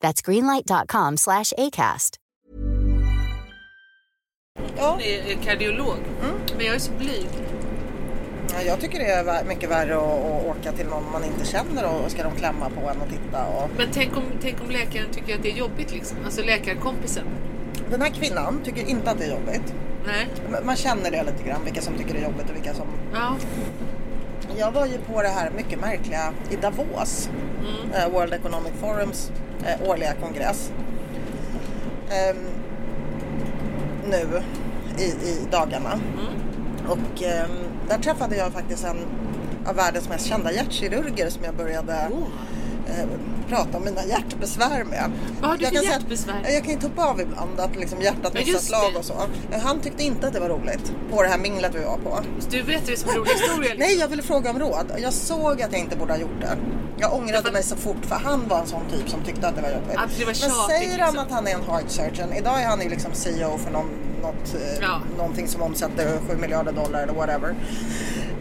Speaker 5: That's greenlight.com slash ACAST.
Speaker 1: Hon är kardiolog.
Speaker 2: Mm.
Speaker 1: Men jag är så blyg.
Speaker 2: Ja, jag tycker det är vä- mycket värre att, att åka till någon man inte känner och och ska de klämma på en och titta. Och...
Speaker 1: Men tänk om, tänk om läkaren tycker att det är jobbigt liksom. Alltså läkarkompisen.
Speaker 2: Den här kvinnan tycker inte att det är jobbigt.
Speaker 1: Nej.
Speaker 2: M- Man känner det lite grann, vilka som tycker det är jobbigt och vilka som...
Speaker 1: Ja.
Speaker 2: Jag var ju på det här mycket märkliga i Davos,
Speaker 1: Mm.
Speaker 2: eh, World Economic Forums eh, årliga kongress. Ehm, nu i, i dagarna.
Speaker 1: Mm.
Speaker 2: Och ehm, där träffade jag faktiskt en av världens mest kända hjärtkirurger som jag började eh, prata om mina hjärtbesvär med.
Speaker 1: Vad har du
Speaker 2: jag
Speaker 1: för
Speaker 2: kan säga att-
Speaker 1: hjärtbesvär?
Speaker 2: Jag kan ju toppa av ibland att liksom hjärtat
Speaker 1: Ja,
Speaker 2: missar
Speaker 1: just
Speaker 2: slag
Speaker 1: det.
Speaker 2: och så. Eh, Han tyckte inte att det var roligt på det här minglet vi var på.
Speaker 1: Så Du berättar det som en rolig historia. liksom.
Speaker 2: Nej, jag ville fråga om råd. Jag såg att jag inte borde ha gjort det. Jag ångrade mig så fort för han var en sån typ som tyckte att det var jobbigt.
Speaker 1: Att det var tjatigt,
Speaker 2: Men säger han
Speaker 1: liksom.
Speaker 2: att han är en heart surgeon. Idag är han ju liksom CEO för någon, något, eh,
Speaker 1: Ja.
Speaker 2: någonting som omsätter 7 miljarder dollar eller whatever.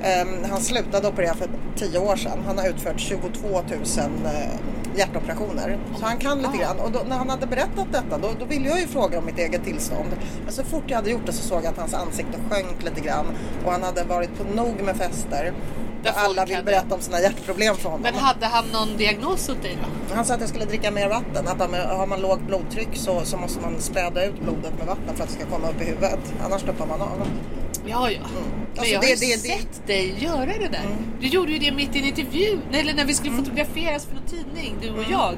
Speaker 2: Ehm, han slutade operera för 10 år sedan. Han har utfört 22 000 eh, hjärtoperationer. Så han kan
Speaker 1: Ah.
Speaker 2: lite grann. Och då, när han hade berättat detta då, då ville jag ju fråga om mitt eget tillstånd. Men så fort jag hade gjort det så såg jag att hans ansikte sjönk lite grann. Och han hade varit på nog med fester.
Speaker 1: Där
Speaker 2: Där
Speaker 1: folk
Speaker 2: alla vill
Speaker 1: hade-
Speaker 2: berätta om sina hjärtproblem för honom.
Speaker 1: Men hade han någon diagnos åt dig då?
Speaker 2: Han sa att jag skulle dricka mer vatten. Att om- har man lågt blodtryck så, så måste man späda ut blodet med vatten för att det ska komma upp i huvudet. Annars tuppar man av.
Speaker 1: Ja, ja. Men
Speaker 2: Alltså,
Speaker 1: jag
Speaker 2: det-
Speaker 1: har ju
Speaker 2: det- Mm. det-
Speaker 1: sett dig göra det där. Du gjorde ju det mitt i en intervju. Nej, Eller när vi
Speaker 2: Mm.
Speaker 1: skulle fotograferas för någon tidning, du och jag.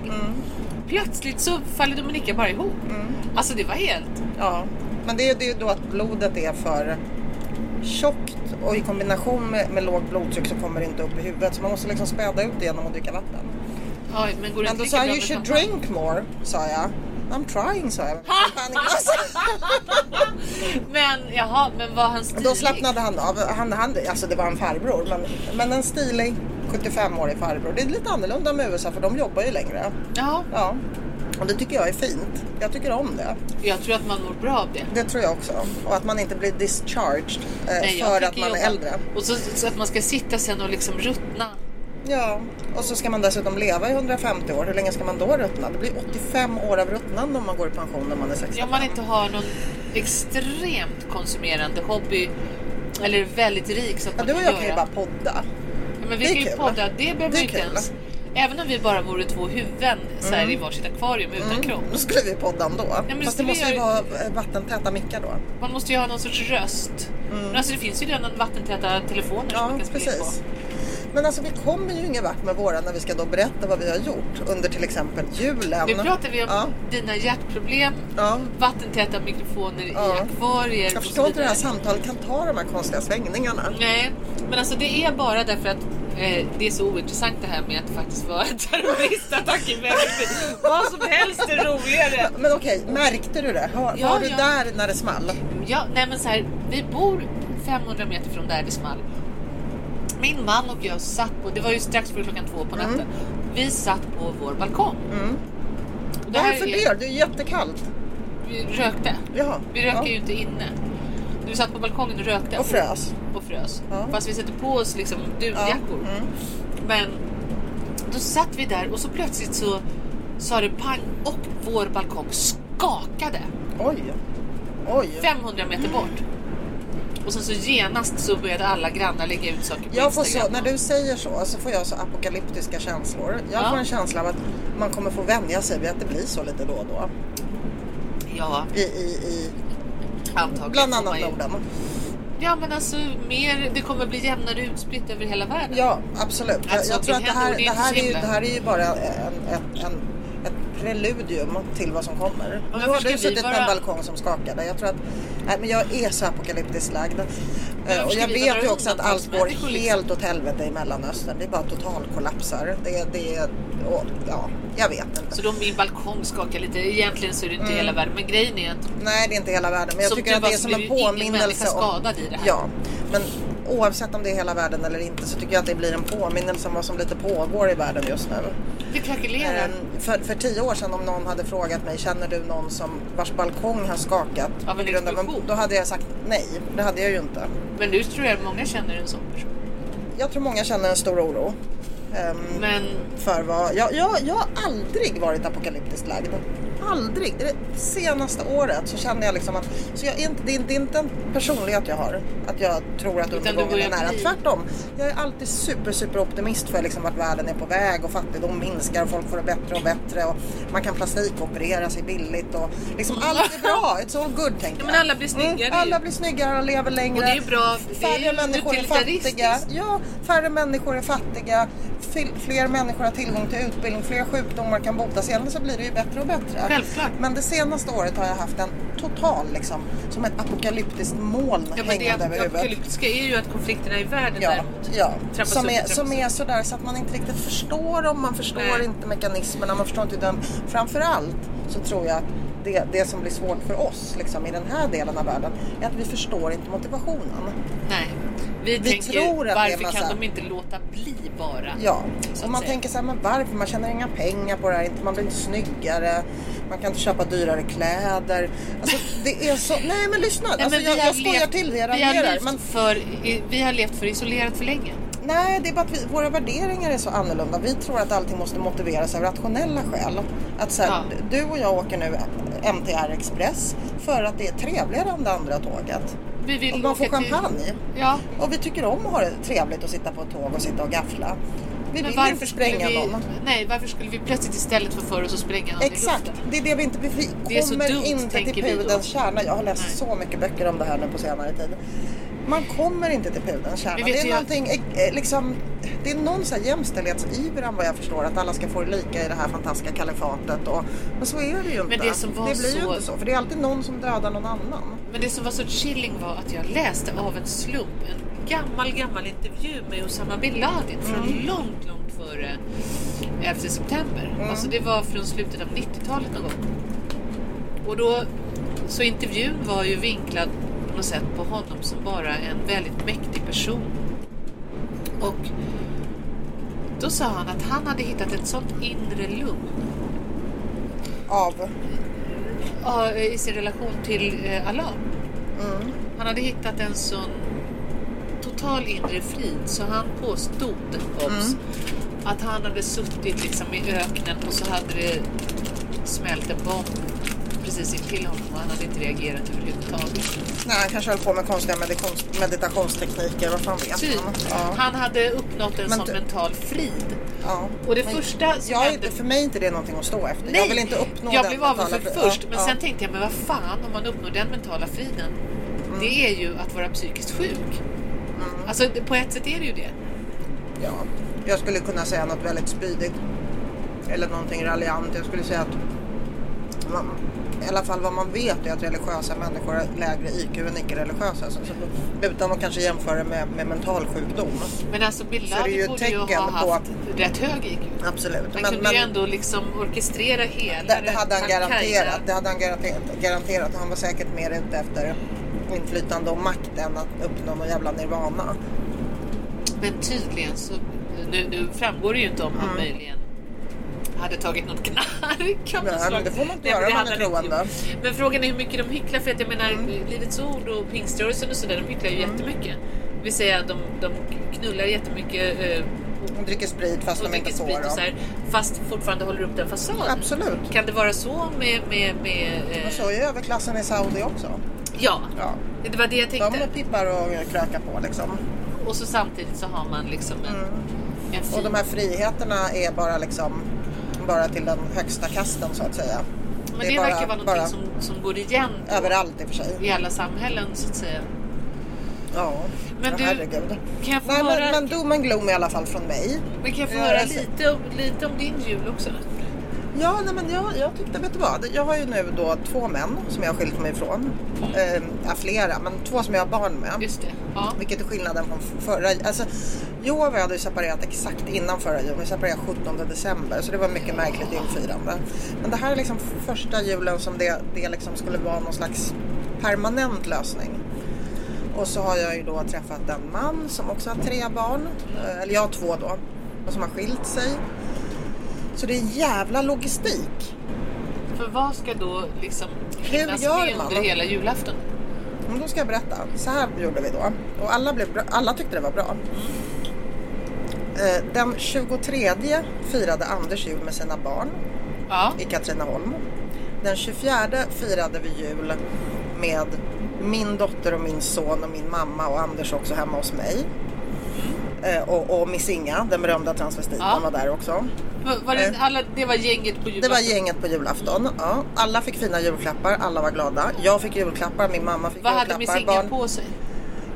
Speaker 1: Plötsligt så faller Dominika bara ihop.
Speaker 2: Mm.
Speaker 1: Alltså det var helt...
Speaker 2: Ja, men det är det är ju då att blodet är för tjockt och i kombination med, med lågt blodtryck så kommer det inte upp i huvudet. Så man måste liksom späda ut det genom att dricka vatten.
Speaker 1: Oj, men går det
Speaker 2: Men
Speaker 1: inte
Speaker 2: då
Speaker 1: lika
Speaker 2: sa
Speaker 1: bra
Speaker 2: han you
Speaker 1: med
Speaker 2: should
Speaker 1: pappa?
Speaker 2: drink more, sa jag. I'm trying, sa jag. Fan, alltså,
Speaker 1: Men jaha, men var han stilig?
Speaker 2: Då slappnade han av. Han, han, alltså det var en farbror, men, men en stilig 75-årig farbror. Det är lite annorlunda med USA för de jobbar ju längre.
Speaker 1: Ja,
Speaker 2: Ja, och det tycker jag är fint. Jag tycker om det.
Speaker 1: jag tror att man mår bra av det.
Speaker 2: Det tror jag också. Och att man inte blir discharged eh,
Speaker 1: Nej, jag
Speaker 2: för
Speaker 1: tänker
Speaker 2: att man
Speaker 1: jobba-
Speaker 2: är äldre.
Speaker 1: Och så, så att man ska sitta sen och liksom ruttna.
Speaker 2: Ja, och så ska man dessutom leva i 150 år. Hur länge ska man då ruttna? Det blir 85 år av ruttnande om man går i pension när man är 65.
Speaker 1: Ja, Om man inte har någon extremt konsumerande hobby eller är väldigt rik så att
Speaker 2: ja,
Speaker 1: man
Speaker 2: du och jag
Speaker 1: göra.
Speaker 2: kan ju bara podda.
Speaker 1: Ja, men vi
Speaker 2: Det är
Speaker 1: kan ju
Speaker 2: kul.
Speaker 1: podda, det behöver
Speaker 2: Det
Speaker 1: vi
Speaker 2: är
Speaker 1: inte
Speaker 2: kul. Mm.
Speaker 1: ens. Även om vi bara vore två huvuden så här, i varsitt akvarium utan kropp.
Speaker 2: Då skulle vi podda ändå.
Speaker 1: men
Speaker 2: Fast
Speaker 1: det
Speaker 2: det måste ju
Speaker 1: gör-
Speaker 2: vara eh, vattentäta mickar då.
Speaker 1: Man måste ju ha någon sorts röst. Men alltså, det finns ju redan vattentäta telefoner som
Speaker 2: Mm. Ja,
Speaker 1: man kan spela in på.
Speaker 2: precis. Men alltså vi kommer ju ingen vart med våra när vi ska då berätta vad vi har gjort under till exempel julen.
Speaker 1: Nu pratar vi om
Speaker 2: Ja.
Speaker 1: dina hjärtproblem,
Speaker 2: Ja.
Speaker 1: vattentäta mikrofoner i
Speaker 2: Ja.
Speaker 1: akvarier
Speaker 2: Jag
Speaker 1: och
Speaker 2: förstår
Speaker 1: så
Speaker 2: inte hur det
Speaker 1: vidare.
Speaker 2: här samtalet kan ta de här konstiga svängningarna.
Speaker 1: Nej, men alltså det är bara därför att eh, det är så ointressant det här med att det faktiskt vara en terroristattack i Växjö. Vad som helst är roligare.
Speaker 2: Men okej, märkte du det? Var,
Speaker 1: Ja,
Speaker 2: var du
Speaker 1: ja.
Speaker 2: där när det small?
Speaker 1: Ja, nej men så här, vi bor 500 meter från där det small. Min man och jag satt på, det var ju strax före klockan två på
Speaker 2: Mm.
Speaker 1: natten. Vi satt på vår balkong. Och det här
Speaker 2: Varför
Speaker 1: är-
Speaker 2: det? Det är ju jättekallt.
Speaker 1: Vi rökte.
Speaker 2: Jaha.
Speaker 1: Vi röker
Speaker 2: Ja.
Speaker 1: ju inte inne. Vi satt på balkongen och rökte.
Speaker 2: Och frös.
Speaker 1: Och frös. Fast vi sätter på oss liksom dunjackor.
Speaker 2: Mm.
Speaker 1: Men då satt vi där och så plötsligt så sa det pang och vår balkong skakade.
Speaker 2: Oj. Oj.
Speaker 1: 500 meter bort. Och sen så genast så började alla grannar lägga ut saker på
Speaker 2: Jag får
Speaker 1: Instagram.
Speaker 2: så, när du säger så så får jag så apokalyptiska känslor. Jag
Speaker 1: Ja.
Speaker 2: får en känsla av att man kommer få vänja sig vid att det blir så lite då och då.
Speaker 1: Ja.
Speaker 2: I, i, i
Speaker 1: Antagligen.
Speaker 2: bland
Speaker 1: får man
Speaker 2: annat
Speaker 1: ju-
Speaker 2: Norden.
Speaker 1: Ja men alltså mer, det kommer bli jämnare utspritt över hela världen.
Speaker 2: Ja, absolut. Jag,
Speaker 1: Alltså,
Speaker 2: jag tror
Speaker 1: det
Speaker 2: att det
Speaker 1: händer
Speaker 2: här,
Speaker 1: och det är
Speaker 2: det,
Speaker 1: inte
Speaker 2: här
Speaker 1: så
Speaker 2: är ju,
Speaker 1: himla.
Speaker 2: det här är ju bara en, en, en, ett preludium till vad som kommer.
Speaker 1: varför
Speaker 2: Nu har
Speaker 1: ska
Speaker 2: du
Speaker 1: vi
Speaker 2: suttit på
Speaker 1: vara-
Speaker 2: en balkong som skakade. Jag tror att, nej, men jag är så apokalyptiskt lagd. Eh, Och
Speaker 1: ska
Speaker 2: jag
Speaker 1: vi
Speaker 2: vet
Speaker 1: vara
Speaker 2: ju också att allt går
Speaker 1: undantagsmänniskor, liksom?
Speaker 2: helt åt helvete i Mellanöstern. Det är bara totalkollapsar. Det, det, och, ja, jag vet inte.
Speaker 1: Så då min balkong skakar lite. Egentligen så är det inte
Speaker 2: Mm.
Speaker 1: hela världen. Men grejen är att
Speaker 2: Nej, det är inte hela världen. Men jag
Speaker 1: Som
Speaker 2: tycker
Speaker 1: tur
Speaker 2: att
Speaker 1: var
Speaker 2: det är
Speaker 1: så
Speaker 2: som
Speaker 1: blev
Speaker 2: en
Speaker 1: ju ingen
Speaker 2: påminnelse
Speaker 1: människa
Speaker 2: om...
Speaker 1: skadad i det här.
Speaker 2: Ja, men oavsett om det är hela världen eller inte så tycker jag att det blir en påminnelse om vad som lite pågår i världen just nu.
Speaker 1: det krackelerar.
Speaker 2: Ehm, För, för tio år sedan om någon hade frågat mig, känner du någon som vars balkong har skakat?
Speaker 1: Av en
Speaker 2: på grund av en,
Speaker 1: explosion?
Speaker 2: då hade jag sagt nej, det hade jag ju inte.
Speaker 1: Men nu tror jag att många känner en sån person.
Speaker 2: Mm. Jag tror många känner en stor oro. ehm, För vad, jag, jag, jag har aldrig varit apokalyptiskt lagd. Aldrig. Det senaste året så kände jag liksom att, så jag är inte, det, är, det är inte en personlighet jag har. Att jag tror att
Speaker 1: Utan du
Speaker 2: undergången
Speaker 1: börjar
Speaker 2: är nära.
Speaker 1: bli-
Speaker 2: Tvärtom. Jag är alltid super, super optimist för liksom vart världen är på väg och fattigdom minskar och folk får det bättre och bättre och man kan plastikoperera sig billigt och liksom allt är bra. It's all good tänker jag.
Speaker 1: Mm. men alla blir snyggare
Speaker 2: Mm, alla
Speaker 1: ju.
Speaker 2: blir snyggare och lever längre.
Speaker 1: Och det är ju bra, det är
Speaker 2: Färre
Speaker 1: ju
Speaker 2: människor är
Speaker 1: utilitaristiskt.
Speaker 2: fattiga. Ja, färre människor är fattiga. Fil- Fler människor har tillgång till utbildning. Fler sjukdomar kan botas. Egentligen så blir det ju bättre och bättre.
Speaker 1: Självklart.
Speaker 2: Men det senaste året har jag haft en total liksom, som ett apokalyptiskt moln
Speaker 1: Ja, men det
Speaker 2: hängande över huvudet.
Speaker 1: apokalyptiska är ju att konflikterna i världen
Speaker 2: Ja,
Speaker 1: däremot
Speaker 2: ja.
Speaker 1: trappas
Speaker 2: Som,
Speaker 1: upp
Speaker 2: är,
Speaker 1: och
Speaker 2: som
Speaker 1: trappas
Speaker 2: är sådär så att man inte riktigt förstår dem, man förstår
Speaker 1: Nej.
Speaker 2: inte mekanismerna, man förstår inte hur den... Framförallt så tror jag att det, det som blir svårt för oss liksom, i den här delen av världen är att vi förstår inte motivationen.
Speaker 1: Nej. Vi,
Speaker 2: Vi
Speaker 1: tänker,
Speaker 2: tror att det är
Speaker 1: varför
Speaker 2: massa-
Speaker 1: kan de inte låta bli bara?
Speaker 2: Ja,
Speaker 1: Så
Speaker 2: och
Speaker 1: att
Speaker 2: man
Speaker 1: säga.
Speaker 2: tänker så här, men varför? Man tjänar inga pengar på det här, inte- man blir inte snyggare, man kan inte köpa dyrare kläder. Alltså, det är så... Nej, men lyssna,
Speaker 1: Nej,
Speaker 2: alltså,
Speaker 1: men
Speaker 2: jag,
Speaker 1: vi har
Speaker 2: jag skojar
Speaker 1: levt-
Speaker 2: till det, jag
Speaker 1: vi har,
Speaker 2: raljerar.
Speaker 1: levt
Speaker 2: Men
Speaker 1: för, i- vi har levt för isolerat för länge.
Speaker 2: nej, det är bara att vi, våra värderingar är så annorlunda. Vi tror att allting måste motiveras av rationella skäl. Att så här, du och jag åker nu MTR Express för att det är trevligare än det andra tåget.
Speaker 1: Vi vill
Speaker 2: och man får
Speaker 1: åka till-
Speaker 2: champagne.
Speaker 1: Ja.
Speaker 2: Och vi tycker om att ha det trevligt att sitta på ett tåg och sitta och gaffla. Vi
Speaker 1: Men
Speaker 2: vill
Speaker 1: varför
Speaker 2: inte
Speaker 1: skulle
Speaker 2: spränga
Speaker 1: vi,
Speaker 2: någon.
Speaker 1: Nej, varför skulle vi plötsligt istället få för oss att spränga någon i
Speaker 2: Exakt,
Speaker 1: luften?
Speaker 2: det är det vi inte vi kommer
Speaker 1: Det är så dumt,
Speaker 2: inte
Speaker 1: tänker
Speaker 2: till
Speaker 1: vi då.
Speaker 2: pudelns kärna. Jag har läst så mycket böcker om det här nu på senare tid. Man kommer inte till pudelns kärna.
Speaker 1: Men vet
Speaker 2: Det är,
Speaker 1: du, jag-
Speaker 2: någonting, eh, eh, liksom, det är någon sån här jämställdhetsiver än vad jag förstår att alla ska få det lika i det här fantastiska kalifatet. Och, men så är det ju inte.
Speaker 1: Men det som var
Speaker 2: blir ju
Speaker 1: så-
Speaker 2: inte så. För det är alltid någon som dödar någon annan.
Speaker 1: Men det som var så chilling var att jag läste av en slump en gammal, gammal intervju med Osama bin Laden från långt, långt före 11 september. Alltså det var från slutet av 90-talet någon gång. Och då, så intervjun var ju vinklad på något sätt på honom som bara en väldigt mäktig person. Och då sa han att han hade hittat ett sånt inre lugn
Speaker 2: Av.
Speaker 1: ja, i sin relation till eh, Allah.
Speaker 2: Mm.
Speaker 1: Han hade hittat en sån total inre frid så han påstod
Speaker 2: Mm.
Speaker 1: obs, att han hade suttit liksom i öknen och så hade det smält en bomb precis intill honom och han hade inte reagerat överhuvudtaget.
Speaker 2: Nej, han kanske höll på med konstiga medikons- meditationstekniker. Vad fan vet
Speaker 1: Typ.
Speaker 2: man? Ja.
Speaker 1: Han hade uppnått en
Speaker 2: Men
Speaker 1: sån
Speaker 2: du-
Speaker 1: mental frid.
Speaker 2: Ja.
Speaker 1: Och det
Speaker 2: Men
Speaker 1: första som
Speaker 2: jag, är
Speaker 1: hände-
Speaker 2: inte- För mig är inte det någonting att stå efter.
Speaker 1: Nej,
Speaker 2: jag vill inte uppnå
Speaker 1: jag
Speaker 2: den
Speaker 1: blev
Speaker 2: mentala
Speaker 1: avundsjuk
Speaker 2: fri-
Speaker 1: först
Speaker 2: Ja,
Speaker 1: men
Speaker 2: ja.
Speaker 1: sen tänkte jag men vad fan om man uppnår den mentala friden.
Speaker 2: Mm.
Speaker 1: Det är ju att vara psykiskt sjuk. Alltså på ett sätt är det ju det.
Speaker 2: Ja, jag skulle kunna säga något väldigt spydigt. Eller någonting raljant. Jag skulle säga att man, i alla fall vad man vet är att religiösa människor har lägre IQ än icke-religiösa. Så, så, utan att kanske jämföra med, med mental sjukdom.
Speaker 1: Men alltså Bin
Speaker 2: Så det är ju
Speaker 1: Laden
Speaker 2: ett
Speaker 1: borde ju
Speaker 2: tecken
Speaker 1: ha
Speaker 2: på-
Speaker 1: haft rätt hög IQ.
Speaker 2: Absolut.
Speaker 1: Han
Speaker 2: Men-
Speaker 1: kunde
Speaker 2: men-
Speaker 1: ju ändå liksom orkestrera hela
Speaker 2: Det, det hade han
Speaker 1: Al-Qaida.
Speaker 2: garanterat. Det hade han garanterat, garanterat. Han var säkert mer ute efter inflytande och makt än att uppnå någon jävla nirvana.
Speaker 1: Men tydligen så, nu, nu framgår det ju inte om han möjligen hade tagit något knark av något
Speaker 2: Mm. Nej, men
Speaker 1: slag.
Speaker 2: det får man inte
Speaker 1: Nej, men
Speaker 2: göra
Speaker 1: det
Speaker 2: om man
Speaker 1: handlar
Speaker 2: är
Speaker 1: inte
Speaker 2: troende. Mm.
Speaker 1: om- Men frågan är hur mycket de hycklar för att jag menar Livets Ord och pingströrelsen och sådär de hycklar ju jättemycket. Vi säger att de, de knullar jättemycket. eh,
Speaker 2: och dricker sprit fast de inte får
Speaker 1: sprit och
Speaker 2: dem.
Speaker 1: så här, Fast fortfarande håller upp den fasaden.
Speaker 2: Absolut.
Speaker 1: Kan det vara så med... med, med eh,
Speaker 2: Och så är överklassen i Saudi också.
Speaker 1: Ja. det var det jag tänkte.
Speaker 2: De pippar och krökar på liksom.
Speaker 1: Och så samtidigt så har man liksom en... en fin...
Speaker 2: Mm. Och de här friheterna är bara liksom bara till den högsta kasten så att säga.
Speaker 1: Men det, verkar vara någonting som, som går igen då,
Speaker 2: överallt i och för sig.
Speaker 1: i alla samhällen så att säga.
Speaker 2: Ja,
Speaker 1: Men
Speaker 2: ja,
Speaker 1: du,
Speaker 2: herregud.
Speaker 1: kan jag få
Speaker 2: Nej,
Speaker 1: höra-
Speaker 2: men, men doom and gloom i alla fall från mig.
Speaker 1: Men kan jag få
Speaker 2: Ja,
Speaker 1: höra
Speaker 2: jag ser-
Speaker 1: lite om, lite om din jul också?
Speaker 2: Ja, nej, men jag, jag tyckte, vet du vad? Jag har ju nu då två män som jag har skilt mig ifrån. Eh, ja, flera, men två som jag har barn med.
Speaker 1: Just det. Ja.
Speaker 2: Vilket är skillnaden från förra. Alltså, Johan och jag hade ju separerat exakt innan förra julen. Vi separerade 17 december, så det var mycket märkligt julfirande. Men det här är liksom första julen som det, det liksom skulle vara någon slags permanent lösning. Och så har jag ju då träffat en man som också har tre barn. Eh, Eller jag har två då. Och som har skilt sig. Så det är en jävla logistik.
Speaker 1: För vad ska då liksom hinnas
Speaker 2: Mm. gör
Speaker 1: med
Speaker 2: man?
Speaker 1: under hela julafton?
Speaker 2: Men då ska jag berätta. Så här gjorde vi då. Och alla, blev bra. alla tyckte det var bra. Eh, Den 23 firade Anders jul med sina barn i Katrineholm. Den 24 firade vi jul med min dotter och min son och min mamma och Anders också hemma hos mig. Eh, Och, och Miss Inga, den berömda transvestiten,
Speaker 1: Ja.
Speaker 2: var där också.
Speaker 1: Var, var det,
Speaker 2: Eh.
Speaker 1: alla, det var gänget på julafton?
Speaker 2: Det var gänget på julafton. Ja. Alla fick fina julklappar, alla var glada. Jag fick julklappar, min mamma fick
Speaker 1: Vad hade
Speaker 2: julklappar.
Speaker 1: Miss Inga
Speaker 2: barn-
Speaker 1: på sig?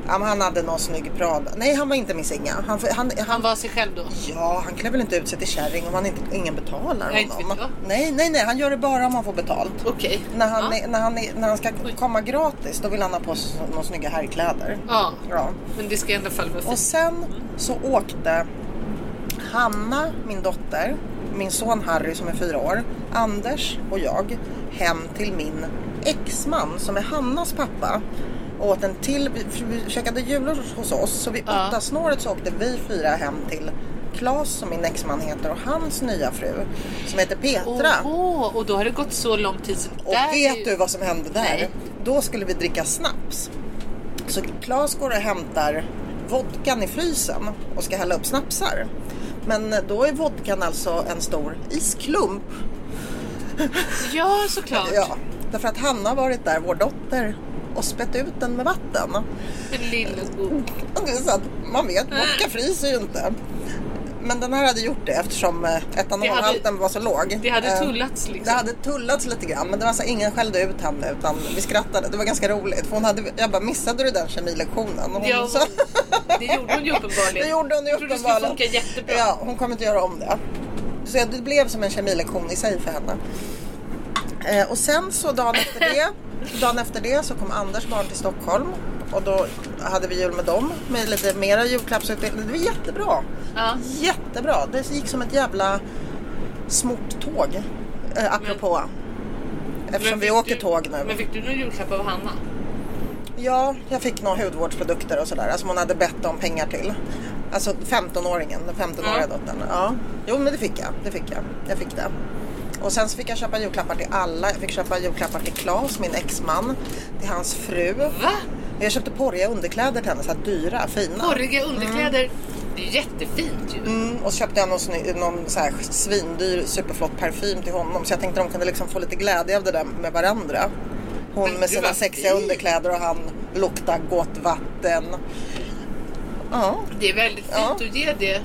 Speaker 2: Ja, men han hade någon snygg Prada. Nej, han var inte Miss Inga. Han, han, han,
Speaker 1: var sig själv då?
Speaker 2: Ja, han klär väl inte ut sig till kärring om han inte, ingen betalar
Speaker 1: Nej, inte
Speaker 2: honom.
Speaker 1: vet jag.
Speaker 2: Nej, nej, nej, han gör det bara om han får betalt.
Speaker 1: Okej.
Speaker 2: När, han, är- när, han, är- när han ska komma gratis, då vill han ha på sig några snygga herrkläder.
Speaker 1: Ja.
Speaker 2: Ja.
Speaker 1: Men det ska i alla fall vara
Speaker 2: Och
Speaker 1: fint.
Speaker 2: sen så åkte Hanna, min dotter, min son Harry som är fyra år, Anders och jag hem till min exman som är Hannas pappa. Och åt en till, vi, för vi käkade jul hos oss så vid
Speaker 1: Ja.
Speaker 2: åtta snåret så åkte vi fyra hem till Claes som min exman heter och hans nya fru som heter Petra.
Speaker 1: Åhå, och då har det gått så lång tid. så
Speaker 2: Och
Speaker 1: där är ju-
Speaker 2: vet du vad som hände där?
Speaker 1: Nej.
Speaker 2: Då skulle vi dricka snaps. Så Claes går och hämtar vodkan i frysen och ska hälla upp snapsar. Men då är vodkan alltså en stor isklump.
Speaker 1: Ja, såklart.
Speaker 2: Ja, därför att Hanna har varit där, vår dotter, och spett ut den med vatten.
Speaker 1: En lille god.
Speaker 2: Och det är så att man vet, vodka fryser ju inte. Men den här hade gjort det eftersom eh,
Speaker 1: Det
Speaker 2: etanolhalten
Speaker 1: hade-
Speaker 2: var så låg.
Speaker 1: det hade
Speaker 2: Eh,
Speaker 1: tullats liksom.
Speaker 2: Det hade tullats lite grann men det var så, ingen skällde ut henne utan vi skrattade. Det var ganska roligt. För hon hade, jag bara, missade du den kemilektionen? Och Hon,
Speaker 1: Ja,
Speaker 2: sa-
Speaker 1: Det gjorde hon ju uppenbarligen.
Speaker 2: det gjorde hon ju
Speaker 1: Jag trodde det skulle
Speaker 2: uppenbarligen.
Speaker 1: funka jättebra.
Speaker 2: Ja, hon kommer inte göra om det. Så det blev som en kemilektion i sig för henne. Eh, och sen så dagen efter det, dagen efter det så kom Anders barn till Stockholm och då hade vi jul med dem med lite mera julklappsutdelning. Det var jättebra.
Speaker 1: Ja.
Speaker 2: Jättebra. Det gick som ett jävla smort tåg. Eh, apropå. Eftersom
Speaker 1: Men
Speaker 2: vi
Speaker 1: fick
Speaker 2: åker
Speaker 1: du-
Speaker 2: tåg nu.
Speaker 1: Men fick du någon julklapp av Hanna?
Speaker 2: Ja, jag fick några hudvårdsprodukter och sådär som hon hade bett om pengar till. Alltså 15-åringen, den 15-åriga dottern. Ja. Jo, men det fick jag. Det fick jag. Jag fick det. Och sen så fick jag köpa julklappar till alla. Jag fick köpa julklappar till Claes, min exman, till hans fru.
Speaker 1: Va?
Speaker 2: Jag köpte porriga underkläder till henne, så här dyra, fina.
Speaker 1: Porriga underkläder. Det är jättefint ju.
Speaker 2: Mm, och så köpte jag någon, sny- någon så här svindyr superflott parfym till honom så jag tänkte de kunde liksom få lite glädje av det där med varandra. Hon
Speaker 1: Men
Speaker 2: med
Speaker 1: du
Speaker 2: sina
Speaker 1: var
Speaker 2: sexiga
Speaker 1: fin.
Speaker 2: underkläder och han luktar gott vatten. Ja,
Speaker 1: Det är väldigt fint
Speaker 2: Ja.
Speaker 1: att ge det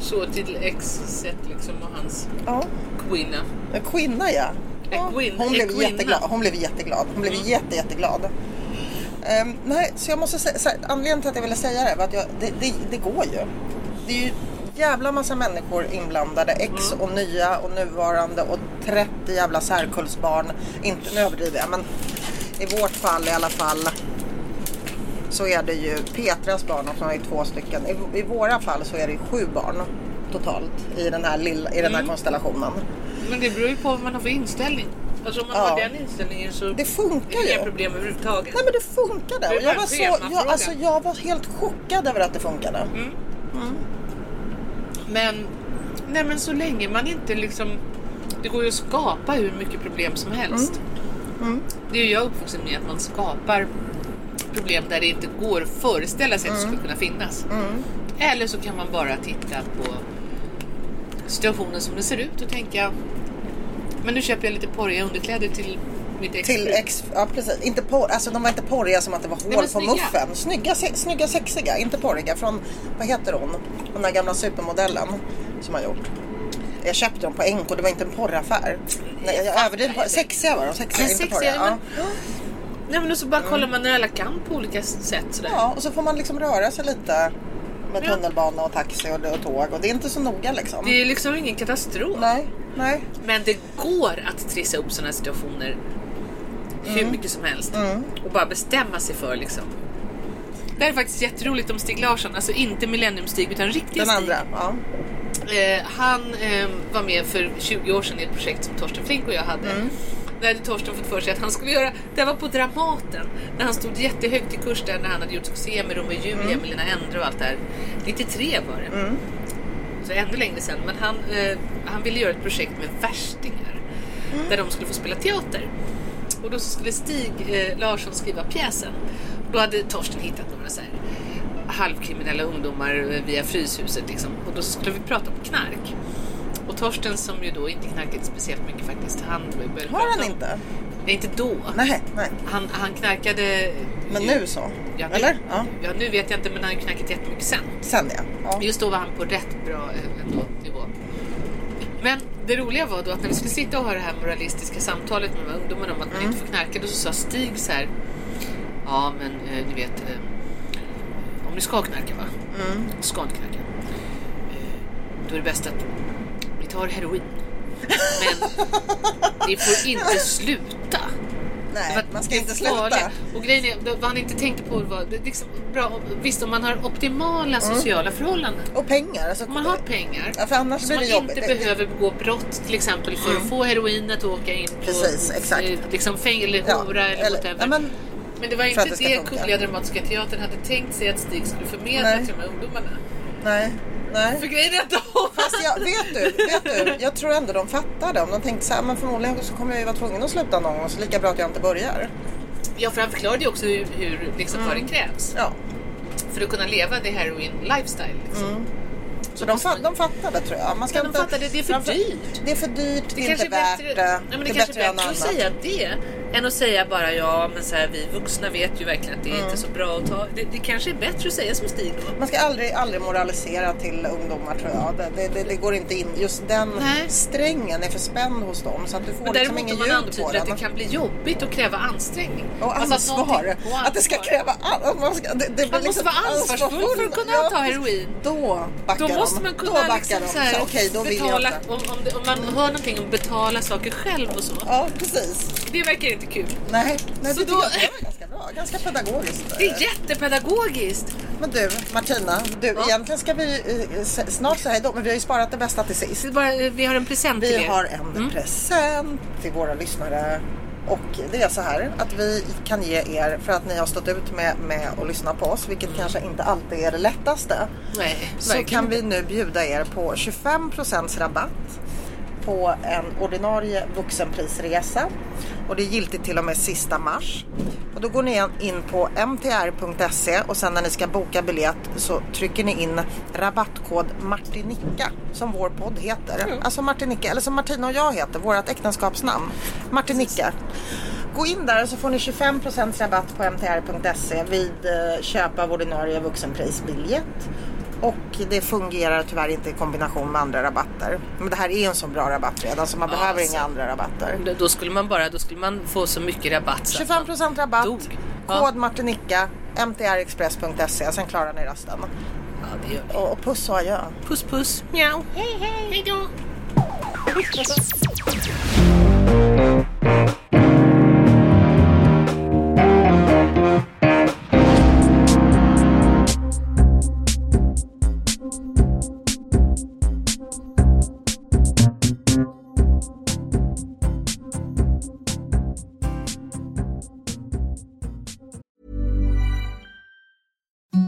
Speaker 1: så till exet liksom och hans
Speaker 2: ja.
Speaker 1: kvinna.
Speaker 2: En kvinna ja. ja.
Speaker 1: Equin-
Speaker 2: Hon blev,
Speaker 1: equinna.
Speaker 2: jätteglad. Hon blev jätteglad. Hon blev jätte, jätteglad. Ehm, nej, så jag måste säga, så här, anledningen till att jag ville säga det var att jag, det, det, det går ju. Det är ju jävla massa människor inblandade. Ex och nya och nuvarande och 30 jävla särkullsbarn. Inte, nu överdriver jag men i vårt fall i alla fall så är det ju Petras barn och som är två stycken. I, I våra fall så är det ju sju barn totalt i den här, lilla, i den här konstellationen.
Speaker 1: Men det beror ju på vad man har för inställning. Alltså om man
Speaker 2: Ja.
Speaker 1: har den inställningen så
Speaker 2: Det funkar
Speaker 1: är det inga
Speaker 2: ju.
Speaker 1: problem överhuvudtaget.
Speaker 2: Nej men det funkade.
Speaker 1: Det är
Speaker 2: Och
Speaker 1: bara
Speaker 2: jag, var
Speaker 1: en
Speaker 2: så, jag,
Speaker 1: temafråga.
Speaker 2: alltså, jag var helt chockad över att det funkade.
Speaker 1: Mm. Men, nej men så länge man inte liksom Det går ju att skapa hur mycket problem som helst.
Speaker 2: Mm.
Speaker 1: Det är ju jag uppvuxen med, att man skapar problem där det inte går att föreställa sig att det
Speaker 6: Mm.
Speaker 1: skulle kunna finnas. Eller så kan man bara titta på situationen som den ser ut och tänka men nu köper jag lite porriga underkläder till mitt ex.
Speaker 2: Till ex, ja precis. Inte por, alltså de var inte porriga som att det var
Speaker 1: Nej,
Speaker 2: hål
Speaker 1: men
Speaker 2: på
Speaker 1: snygga.
Speaker 2: muffen. Snygga, se, snygga, sexiga. Inte porriga. Från, vad heter hon? Den där gamla supermodellen som har gjort. Jag köpte dem på NK, det var inte en porraffär. Nej, jag överdriver. Sexiga var de. Sexiga,
Speaker 1: Men
Speaker 2: inte
Speaker 1: sexiga,
Speaker 2: porriga. Ja. Mm.
Speaker 1: men- Nej men och så bara kollar man nära alla kan på olika sätt sådär.
Speaker 2: ja, och så får man liksom röra sig lite med tunnelbana och taxi och, och tåg. Och det är inte så noga liksom.
Speaker 1: Det är liksom ingen katastrof.
Speaker 2: Nej, nej.
Speaker 1: Men det går att trissa upp sådana situationer hur
Speaker 2: Mm.
Speaker 1: mycket som helst och bara bestämma sig för liksom. Det här är faktiskt jätteroligt om Stig Larsson, alltså inte Millennium-Stig utan riktiga
Speaker 2: Den
Speaker 1: Stig.
Speaker 2: andra, ja.
Speaker 1: Eh, han eh, var med för 20 år sedan i ett projekt som Torsten Flink och jag hade.
Speaker 2: Mm.
Speaker 1: Där hade Torsten fått för sig att han skulle göra, det var på Dramaten, när han stod jättehögt i kurs där när han hade gjort succé med Romeo och Julia
Speaker 2: Mm.
Speaker 1: med Lena Endre och allt det här. 93 var det. Så ännu längre sedan. Men han, eh, han ville göra ett projekt med värstingar.
Speaker 2: Mm.
Speaker 1: Där de skulle få spela teater. Och då så skulle Stig eh, Larsson skriva pjäsen. Då hade Torsten hittat några så här halvkriminella ungdomar eh, via Fryshuset. Liksom. Och då skulle vi prata om knark. Och Torsten som ju då inte knarkat speciellt mycket faktiskt. Han började
Speaker 2: Har han inte?
Speaker 1: Nej, inte då.
Speaker 2: Nej, nej.
Speaker 1: Han, han knarkade...
Speaker 2: Men
Speaker 1: ju-
Speaker 2: nu så?
Speaker 1: Ja, nu,
Speaker 2: Eller?
Speaker 1: Ja. nu vet jag inte men han har ju knarkat jättemycket sen.
Speaker 2: Sen ja.
Speaker 1: Just då var han på rätt bra eh, ändå, nivå. Men det roliga var då att när vi skulle sitta och ha det här moralistiska samtalet med de här ungdomarna om att
Speaker 2: Mm.
Speaker 1: man inte får knarka, då så sa Stig så här. Ja men eh, ni vet, eh, om ni ska knarka va?
Speaker 2: Mm.
Speaker 1: Ska inte knarka. Eh, Då är det bäst att ni tar heroin. Men ni får inte sluta.
Speaker 2: Nej,
Speaker 1: Det var
Speaker 2: man ska inte sluta.
Speaker 1: farliga. Och grejen är, det- vad han inte tänkte på var det är liksom, bra, visst om man har
Speaker 2: Mm.
Speaker 1: optimala sociala förhållanden.
Speaker 2: Och pengar. Alltså,
Speaker 1: om man har pengar.
Speaker 2: Ja, för annars
Speaker 1: så
Speaker 2: blir
Speaker 1: man
Speaker 2: det jobbigt.
Speaker 1: inte
Speaker 2: Det-
Speaker 1: behöver begå brott till exempel för
Speaker 2: Mm.
Speaker 1: att få heroinet och åka in på
Speaker 2: Precis, exakt.
Speaker 1: eh, liksom fängelse,
Speaker 2: Ja,
Speaker 1: hora eller,
Speaker 2: eller-
Speaker 1: whatever.
Speaker 2: ja,
Speaker 1: men, det var
Speaker 2: för
Speaker 1: inte
Speaker 2: att det ska
Speaker 1: det,
Speaker 2: funka.
Speaker 1: Kungliga Dramatiska Teatern hade tänkt sig att Stig skulle förmedla
Speaker 2: Nej.
Speaker 1: till de här ungdomarna.
Speaker 2: Nej. Nej.
Speaker 1: För grejen är att de...
Speaker 2: Fast jag, vet, du, vet du, jag tror ändå de fattade. Om de tänkte så här, men förmodligen så kommer jag ju vara tvungen att sluta någon gång så lika bra att jag inte börjar.
Speaker 1: Ja, för han förklarade ju också hur, hur liksom, vad
Speaker 2: Mm.
Speaker 1: det krävs. För att kunna leva det heroin lifestyle. Liksom.
Speaker 2: Mm. Så de, fa- de fattade tror jag. Man ska
Speaker 1: Ja, de
Speaker 2: inte,
Speaker 1: fattade, det är för
Speaker 2: man fa-
Speaker 1: dyrt.
Speaker 2: Det är för dyrt, det är
Speaker 1: kanske
Speaker 2: inte värt eh, det.
Speaker 1: Ja, men det,
Speaker 2: är
Speaker 1: kanske är
Speaker 2: än
Speaker 1: bättre att
Speaker 2: annat.
Speaker 1: säga det än att säga bara ja, men så här, vi vuxna vet ju verkligen att det är
Speaker 2: Mm. liksom
Speaker 1: inte så bra att ta. Det, det kanske är bättre att säga som Stig då.
Speaker 2: Man ska aldrig, aldrig moralisera till ungdomar tror jag. Det, det, det, det går inte in. Just den strängen är för spänd hos dem så att du får
Speaker 1: Men
Speaker 2: liksom
Speaker 1: däremot
Speaker 2: ingen
Speaker 1: om man
Speaker 2: ljud på
Speaker 1: antyder att det
Speaker 2: den.
Speaker 1: kan bli jobbigt och kräva ansträngning.
Speaker 2: Och
Speaker 1: Alltså att någonting-
Speaker 2: ansvar.
Speaker 1: och
Speaker 2: Att det ska
Speaker 1: ansvar.
Speaker 2: kräva an- att man ska, det, det blir
Speaker 1: Man måste
Speaker 2: liksom
Speaker 1: vara ansvarsfull för att kunna
Speaker 2: Ja,
Speaker 1: ta heroin.
Speaker 2: Då backar
Speaker 1: Då måste
Speaker 2: de.
Speaker 1: man
Speaker 2: Då
Speaker 1: kunna
Speaker 2: backar
Speaker 1: liksom
Speaker 2: de.
Speaker 1: så här,
Speaker 2: Så, okej, då vill jag
Speaker 1: betala,
Speaker 2: inte.
Speaker 1: om, om, det, om man hör någonting om betala saker själv och så.
Speaker 2: Ja, precis.
Speaker 1: Det verkar inte kul.
Speaker 2: Nej, nej
Speaker 1: Så
Speaker 2: det
Speaker 1: då-
Speaker 2: tycker jag var ganska bra. Ganska pedagogiskt.
Speaker 1: Det är jättepedagogiskt.
Speaker 2: Men du, Martina, du, egentligen ska vi eh, s- snart säga hejdå, men vi har ju sparat det bästa till sist. Vi,
Speaker 1: eh, har en present
Speaker 2: Vi
Speaker 1: till er. Mm.
Speaker 2: har en present till våra lyssnare. Och det är så här att vi kan ge er, för att ni har stått ut med, med att lyssna på oss, vilket kanske inte alltid är det lättaste.
Speaker 1: Mm. Nej,
Speaker 2: så
Speaker 1: verkligen
Speaker 2: kan
Speaker 1: inte.
Speaker 2: vi nu bjuda er på 25% rabatt på en ordinarie vuxenprisresa och det är giltigt till och med sista mars. Och då går ni in på mtr.se E och sen när ni ska boka biljett så trycker ni in rabattkod Martinica som vår podd heter. Alltså Martinica, eller som Martina och jag heter, vårt äktenskapsnamn. Martinica. Gå in där så får ni 25% rabatt på mtr.se vid eh, köp av ordinarie vuxenprisbiljett. Och det fungerar tyvärr inte i kombination med andra rabatter. Men det här är ju en så bra rabatt redan så man
Speaker 1: Ja,
Speaker 2: behöver
Speaker 1: alltså.
Speaker 2: inga andra rabatter.
Speaker 1: Då- Då skulle man bara då skulle man få så mycket rabatt så att man-
Speaker 2: 25% rabatt, kod Martinica, mtrexpress.se, E, sen klarar ni resten.
Speaker 1: Ja, det gör vi.
Speaker 2: Och, och puss och adjö.
Speaker 1: Puss puss, mjau. Hej hej. Hej då.